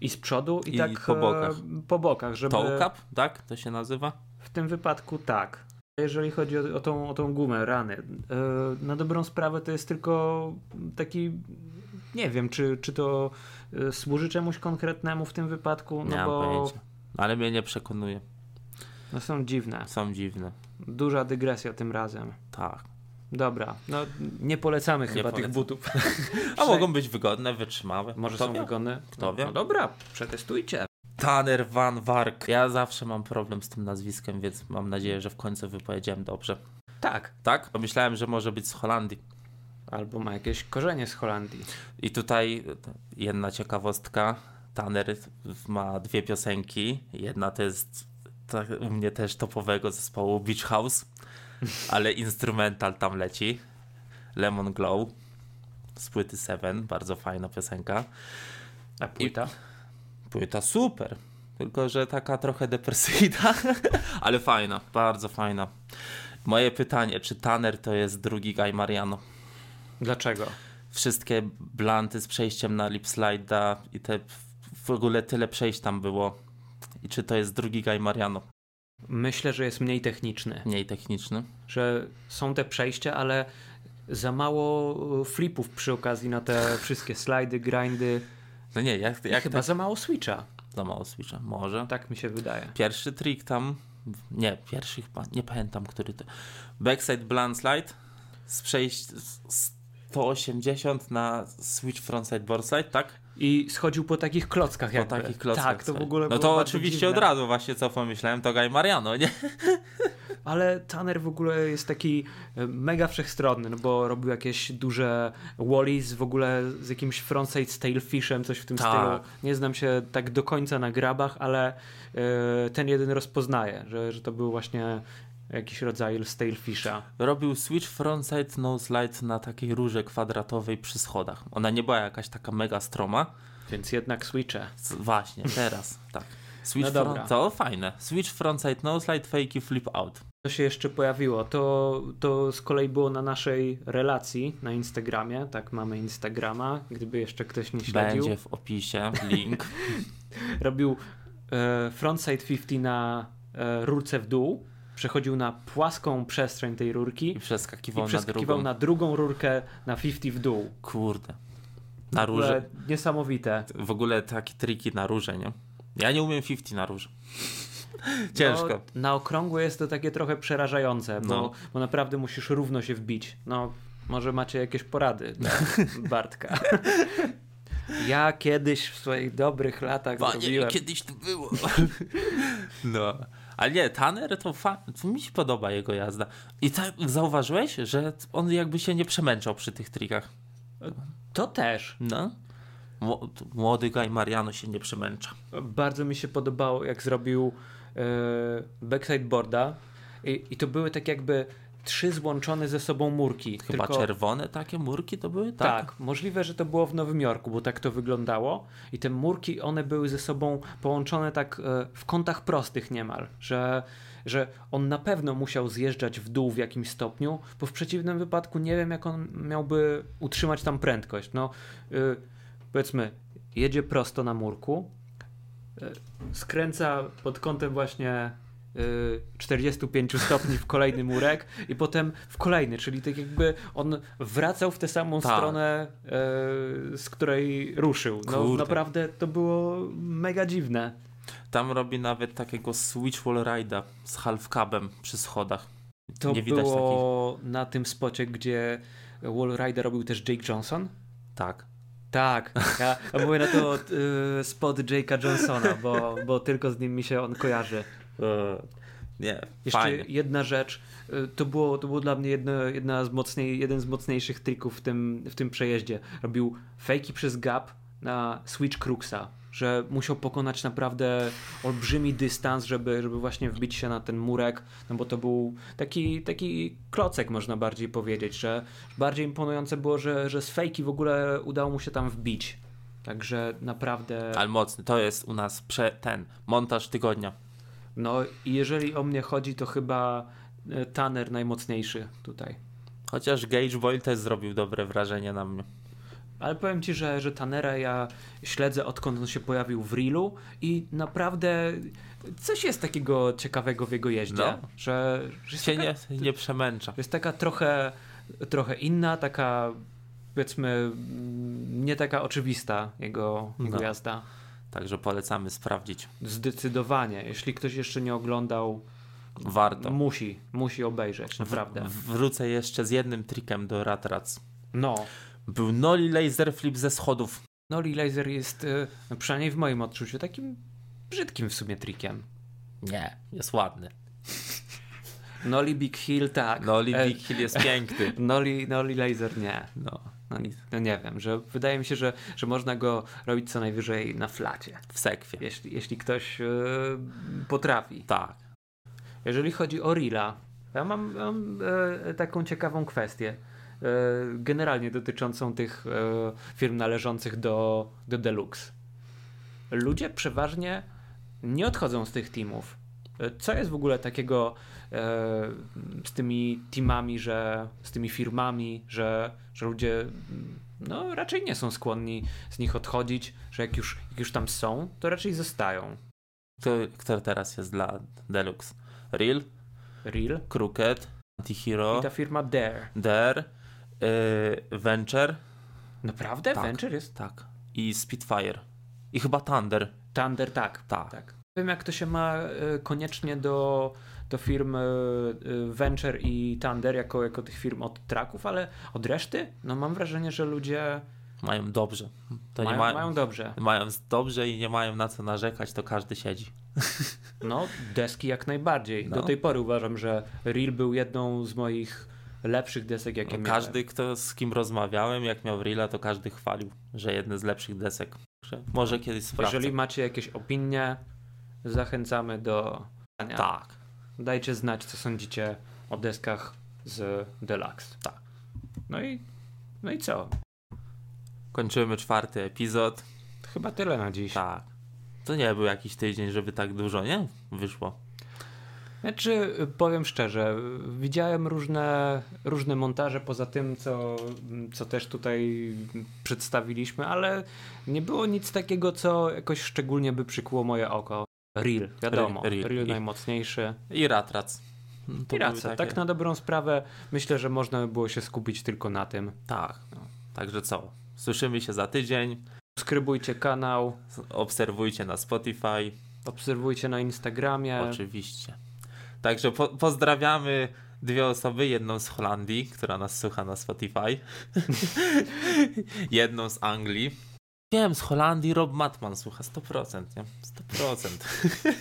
Speaker 2: i z przodu i,
Speaker 1: I
Speaker 2: tak
Speaker 1: po
Speaker 2: y,
Speaker 1: bokach.
Speaker 2: po bokach żeby...
Speaker 1: Toe cap, tak? To się nazywa?
Speaker 2: W tym wypadku tak. Jeżeli chodzi o, o, tą, o tą gumę, rany, yy, na dobrą sprawę to jest tylko taki. Nie wiem, czy, czy to yy, służy czemuś konkretnemu w tym wypadku,
Speaker 1: Nie
Speaker 2: no
Speaker 1: mam
Speaker 2: bo
Speaker 1: pojęcia. No Ale mnie nie przekonuje.
Speaker 2: no są dziwne.
Speaker 1: Są dziwne.
Speaker 2: Duża dygresja tym razem.
Speaker 1: Tak.
Speaker 2: Dobra, no nie polecamy chyba
Speaker 1: polecam.
Speaker 2: tych butów.
Speaker 1: A mogą być wygodne, wytrzymałe.
Speaker 2: Może
Speaker 1: Kto
Speaker 2: są
Speaker 1: wie?
Speaker 2: wygodne?
Speaker 1: Kto wie?
Speaker 2: No dobra, przetestujcie.
Speaker 1: Tanner Van Wark. Ja zawsze mam problem z tym nazwiskiem, więc mam nadzieję, że w końcu wypowiedziałem dobrze.
Speaker 2: Tak.
Speaker 1: Tak? Pomyślałem, że może być z Holandii.
Speaker 2: Albo ma jakieś korzenie z Holandii.
Speaker 1: I tutaj jedna ciekawostka. Tanner ma dwie piosenki. Jedna to jest tak, u mnie też topowego zespołu Beach House, ale instrumental tam leci. Lemon Glow z płyty Seven, bardzo fajna piosenka.
Speaker 2: A płyta?
Speaker 1: Płyta super, tylko że taka trochę depresyjna, ale fajna, bardzo fajna. Moje pytanie, czy Tanner to jest drugi Guy Mariano?
Speaker 2: Dlaczego?
Speaker 1: wszystkie blanty z przejściem na lip slide'a i te w ogóle tyle przejść tam było. I czy to jest drugi Guy Mariano?
Speaker 2: Myślę, że jest mniej techniczny.
Speaker 1: Mniej techniczny.
Speaker 2: że są te przejścia, ale za mało e, flipów przy okazji na te wszystkie slajdy, grindy.
Speaker 1: No nie, jak,
Speaker 2: Jak
Speaker 1: jak
Speaker 2: Chyba
Speaker 1: tak
Speaker 2: za mało switcha,
Speaker 1: za mało Switcha? Może.
Speaker 2: tak mi się wydaje.
Speaker 1: Pierwszy trik tam, nie, pierwszy chyba, nie pamiętam, który to. Backside blunt slide z przejść z 180 na switch frontside boardside, tak?
Speaker 2: I schodził po takich klockach
Speaker 1: Po
Speaker 2: jakby.
Speaker 1: takich klockach.
Speaker 2: Tak, to w
Speaker 1: słuchaj.
Speaker 2: ogóle
Speaker 1: No
Speaker 2: było
Speaker 1: to
Speaker 2: bardzo
Speaker 1: oczywiście
Speaker 2: dziwne.
Speaker 1: od razu właśnie co pomyślałem, to Guy Mariano, nie?
Speaker 2: ale Tanner w ogóle jest taki e, mega wszechstronny, no bo robił jakieś duże Wallis w ogóle z jakimś frontside z tailfishem, coś w tym
Speaker 1: Tak.
Speaker 2: stylu. Nie znam się tak do końca na grabach, ale e, ten jeden rozpoznaje, że, że to był właśnie jakiś rodzaj z tailfisha.
Speaker 1: Robił switch frontside no slide na takiej rurze kwadratowej przy schodach. Ona nie była jakaś taka mega stroma.
Speaker 2: Więc jednak switche.
Speaker 1: S- Właśnie, teraz, tak. Switch
Speaker 2: No dobra.
Speaker 1: front, to fajne. Switch frontside no slide, fake i flip out.
Speaker 2: Co się jeszcze pojawiło? To, to z kolei było na naszej relacji na Instagramie. Tak, mamy Instagrama, gdyby jeszcze ktoś nie śledził.
Speaker 1: Będzie w opisie link.
Speaker 2: Robił e, frontside 50 na e, rurce w dół, przechodził na płaską przestrzeń tej rurki
Speaker 1: I
Speaker 2: i
Speaker 1: przeskakiwał,
Speaker 2: przeskakiwał
Speaker 1: na
Speaker 2: na drugą rurkę na 50 w dół.
Speaker 1: drugą. Kurde. Na
Speaker 2: W ogóle
Speaker 1: rurze.
Speaker 2: Niesamowite.
Speaker 1: W ogóle takie triki na rurze, nie? Ja nie umiem 50 na rurze. Ciężko.
Speaker 2: No, na okrągło jest to takie trochę przerażające, bo,
Speaker 1: No.
Speaker 2: bo naprawdę musisz równo się wbić. No, może macie jakieś porady dla Bartka. Ja kiedyś w swoich dobrych latach
Speaker 1: Panie,
Speaker 2: zrobiłem.
Speaker 1: kiedyś to było. No. Ale nie, Tanner to, fa- to mi się podoba jego jazda. I tak zauważyłeś, że on jakby się nie przemęczał przy tych trikach.
Speaker 2: To też.
Speaker 1: No. Mł- Młody Guy Mariano się nie przemęcza.
Speaker 2: Bardzo mi się podobało, jak zrobił e, backside boarda. I, I to były tak jakby trzy złączone ze sobą murki.
Speaker 1: Chyba
Speaker 2: tylko
Speaker 1: czerwone takie murki to były?
Speaker 2: Tak. możliwe, że to było w Nowym Jorku, bo tak to wyglądało. I te murki, one były ze sobą połączone tak e, w kątach prostych niemal, że, że on na pewno musiał zjeżdżać w dół w jakimś stopniu, bo w przeciwnym wypadku nie wiem, jak on miałby utrzymać tam prędkość. No, e, powiedzmy, jedzie prosto na murku, e, skręca pod kątem właśnie y, 45 stopni w kolejny murek i potem w kolejny, czyli tak jakby on wracał w tę samą
Speaker 1: Tak.
Speaker 2: stronę, y, z której ruszył. No
Speaker 1: Kurde.
Speaker 2: naprawdę to było mega dziwne.
Speaker 1: Tam robi nawet takiego switch wall ride'a z half cabem przy schodach.
Speaker 2: To
Speaker 1: Nie widać
Speaker 2: było na tym spocie, gdzie Wallrider robił też Jake Johnson.
Speaker 1: Tak.
Speaker 2: Tak, ja mówię na to y, spot Jake'a Johnsona, bo, bo tylko z nim mi się on kojarzy.
Speaker 1: E, nie,
Speaker 2: Jeszcze
Speaker 1: fajnie.
Speaker 2: jedna rzecz, y, to było, to było dla mnie jedno, jedna z mocniej, jeden z mocniejszych trików w tym, w tym przejeździe. Robił fejki przez gap na switch Cruxa, że musiał pokonać naprawdę olbrzymi dystans, żeby, żeby właśnie wbić się na ten murek, no bo to był taki, taki klocek można bardziej powiedzieć, że bardziej imponujące było, że, że z fejki w ogóle udało mu się tam wbić. Także naprawdę...
Speaker 1: Ale mocny. To jest u nas prze- ten montaż tygodnia.
Speaker 2: No i jeżeli o mnie chodzi, to chyba e, Tanner najmocniejszy tutaj.
Speaker 1: Chociaż Gage Boyle też zrobił dobre wrażenie na mnie.
Speaker 2: Ale powiem ci, że, że Tanera ja śledzę odkąd on się pojawił w Reelu i naprawdę coś jest takiego ciekawego w jego jeździe,
Speaker 1: No.
Speaker 2: że, że jest,
Speaker 1: Się
Speaker 2: taka,
Speaker 1: nie, nie przemęcza.
Speaker 2: jest taka trochę, trochę inna, taka powiedzmy mm, nie taka oczywista jego, jego
Speaker 1: No.
Speaker 2: jazda.
Speaker 1: Także polecamy sprawdzić.
Speaker 2: Zdecydowanie. Jeśli ktoś jeszcze nie oglądał,
Speaker 1: Warto.
Speaker 2: musi, musi obejrzeć,
Speaker 1: Mhm.
Speaker 2: naprawdę.
Speaker 1: W- Wrócę jeszcze z jednym trikiem do Ratrac.
Speaker 2: No.
Speaker 1: Był noli laser flip ze schodów.
Speaker 2: Noli Laser jest, y, no przynajmniej w moim odczuciu, takim brzydkim w sumie trikiem.
Speaker 1: Nie, jest ładny.
Speaker 2: Noli Big Hill tak.
Speaker 1: Noli
Speaker 2: E,
Speaker 1: Big Hill jest piękny.
Speaker 2: Noli, Noli Laser nie.
Speaker 1: No,
Speaker 2: No, nic, no nie wiem, że wydaje mi się, że, że można go robić co najwyżej na flacie,
Speaker 1: w sekwie.
Speaker 2: jeśli, jeśli ktoś y, potrafi.
Speaker 1: Tak.
Speaker 2: Jeżeli chodzi o Rila, ja mam, mam e, taką ciekawą kwestię. E, generalnie dotyczącą tych e, firm należących do, do Deluxe. Ludzie przeważnie nie odchodzą z tych teamów. E, Co jest w ogóle takiego e, z tymi teamami, że, z tymi firmami, że, że ludzie mm, no, raczej nie są skłonni z nich odchodzić, że jak już, jak już tam są, to raczej zostają.
Speaker 1: Kto, kto teraz jest dla Deluxe? Real,
Speaker 2: Real
Speaker 1: Crooked, Antihero,
Speaker 2: i ta firma Dare.
Speaker 1: Dare, yy, Venture,
Speaker 2: Naprawdę?
Speaker 1: Tak.
Speaker 2: Venture jest?
Speaker 1: tak, i Spitfire. I chyba Thunder.
Speaker 2: Thunder, tak.
Speaker 1: Tak.
Speaker 2: tak. Nie wiem, jak to się ma e, koniecznie do, do firm e, e, Venture i Thunder, jako, jako tych firm od traków, ale od reszty, no mam wrażenie, że ludzie
Speaker 1: Mają dobrze. To
Speaker 2: Mają,
Speaker 1: No nie ma...
Speaker 2: mają dobrze.
Speaker 1: Mają dobrze i nie mają na co narzekać, to każdy siedzi.
Speaker 2: No, deski jak najbardziej.
Speaker 1: No.
Speaker 2: Do tej pory uważam, że Reel był jedną z moich lepszych desek, jakie miałem.
Speaker 1: No, Każdy, kto z kim rozmawiałem, jak miał Rilla, to każdy chwalił, że jeden z lepszych desek. Że Może kiedyś sprawdzę.
Speaker 2: Jeżeli macie jakieś opinie, zachęcamy do.
Speaker 1: Tak,
Speaker 2: Dajcie znać, co sądzicie o deskach z Deluxe.
Speaker 1: Tak.
Speaker 2: No i, no i co?
Speaker 1: kończymy czwarty epizod.
Speaker 2: To Chyba tyle na dziś.
Speaker 1: Tak. To nie był jakiś tydzień, żeby tak dużo, nie? Wyszło.
Speaker 2: Znaczy, powiem szczerze, widziałem różne, różne montaże poza tym, co, co też tutaj przedstawiliśmy, ale nie było nic takiego, co jakoś szczególnie by przykuło moje oko. Real, wiadomo.
Speaker 1: Real,
Speaker 2: Real,
Speaker 1: real. I-
Speaker 2: najmocniejszy.
Speaker 1: I ratrac. No To były
Speaker 2: I racja,
Speaker 1: takie-
Speaker 2: tak na dobrą sprawę myślę, że można by było się skupić tylko na tym.
Speaker 1: Tak. no. Także co? Słyszymy się za tydzień.
Speaker 2: Subskrybujcie kanał,
Speaker 1: S- Obserwujcie na Spotify.
Speaker 2: obserwujcie na Instagramie.
Speaker 1: Oczywiście. Także po pozdrawiamy dwie osoby, jedną z Holandii, która nas słucha na Spotify, jedną z Anglii. Wiem, z Holandii Rob Matman słucha 100%, nie? 100%.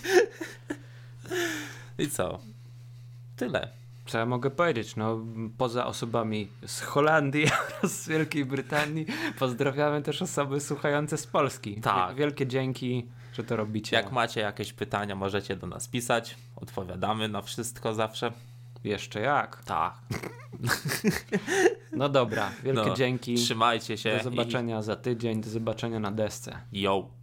Speaker 1: I co? Tyle.
Speaker 2: Co ja mogę powiedzieć? No, poza osobami z Holandii oraz z Wielkiej Brytanii, pozdrawiamy też osoby słuchające z Polski.
Speaker 1: Tak.
Speaker 2: Wie- Wielkie dzięki, że to robicie.
Speaker 1: Jak macie jakieś pytania, możecie do nas pisać. Odpowiadamy na wszystko zawsze.
Speaker 2: Jeszcze jak.
Speaker 1: Tak.
Speaker 2: No dobra, wielkie
Speaker 1: No,
Speaker 2: dzięki.
Speaker 1: Trzymajcie się.
Speaker 2: Do zobaczenia za tydzień, do zobaczenia na desce.
Speaker 1: I... Yo.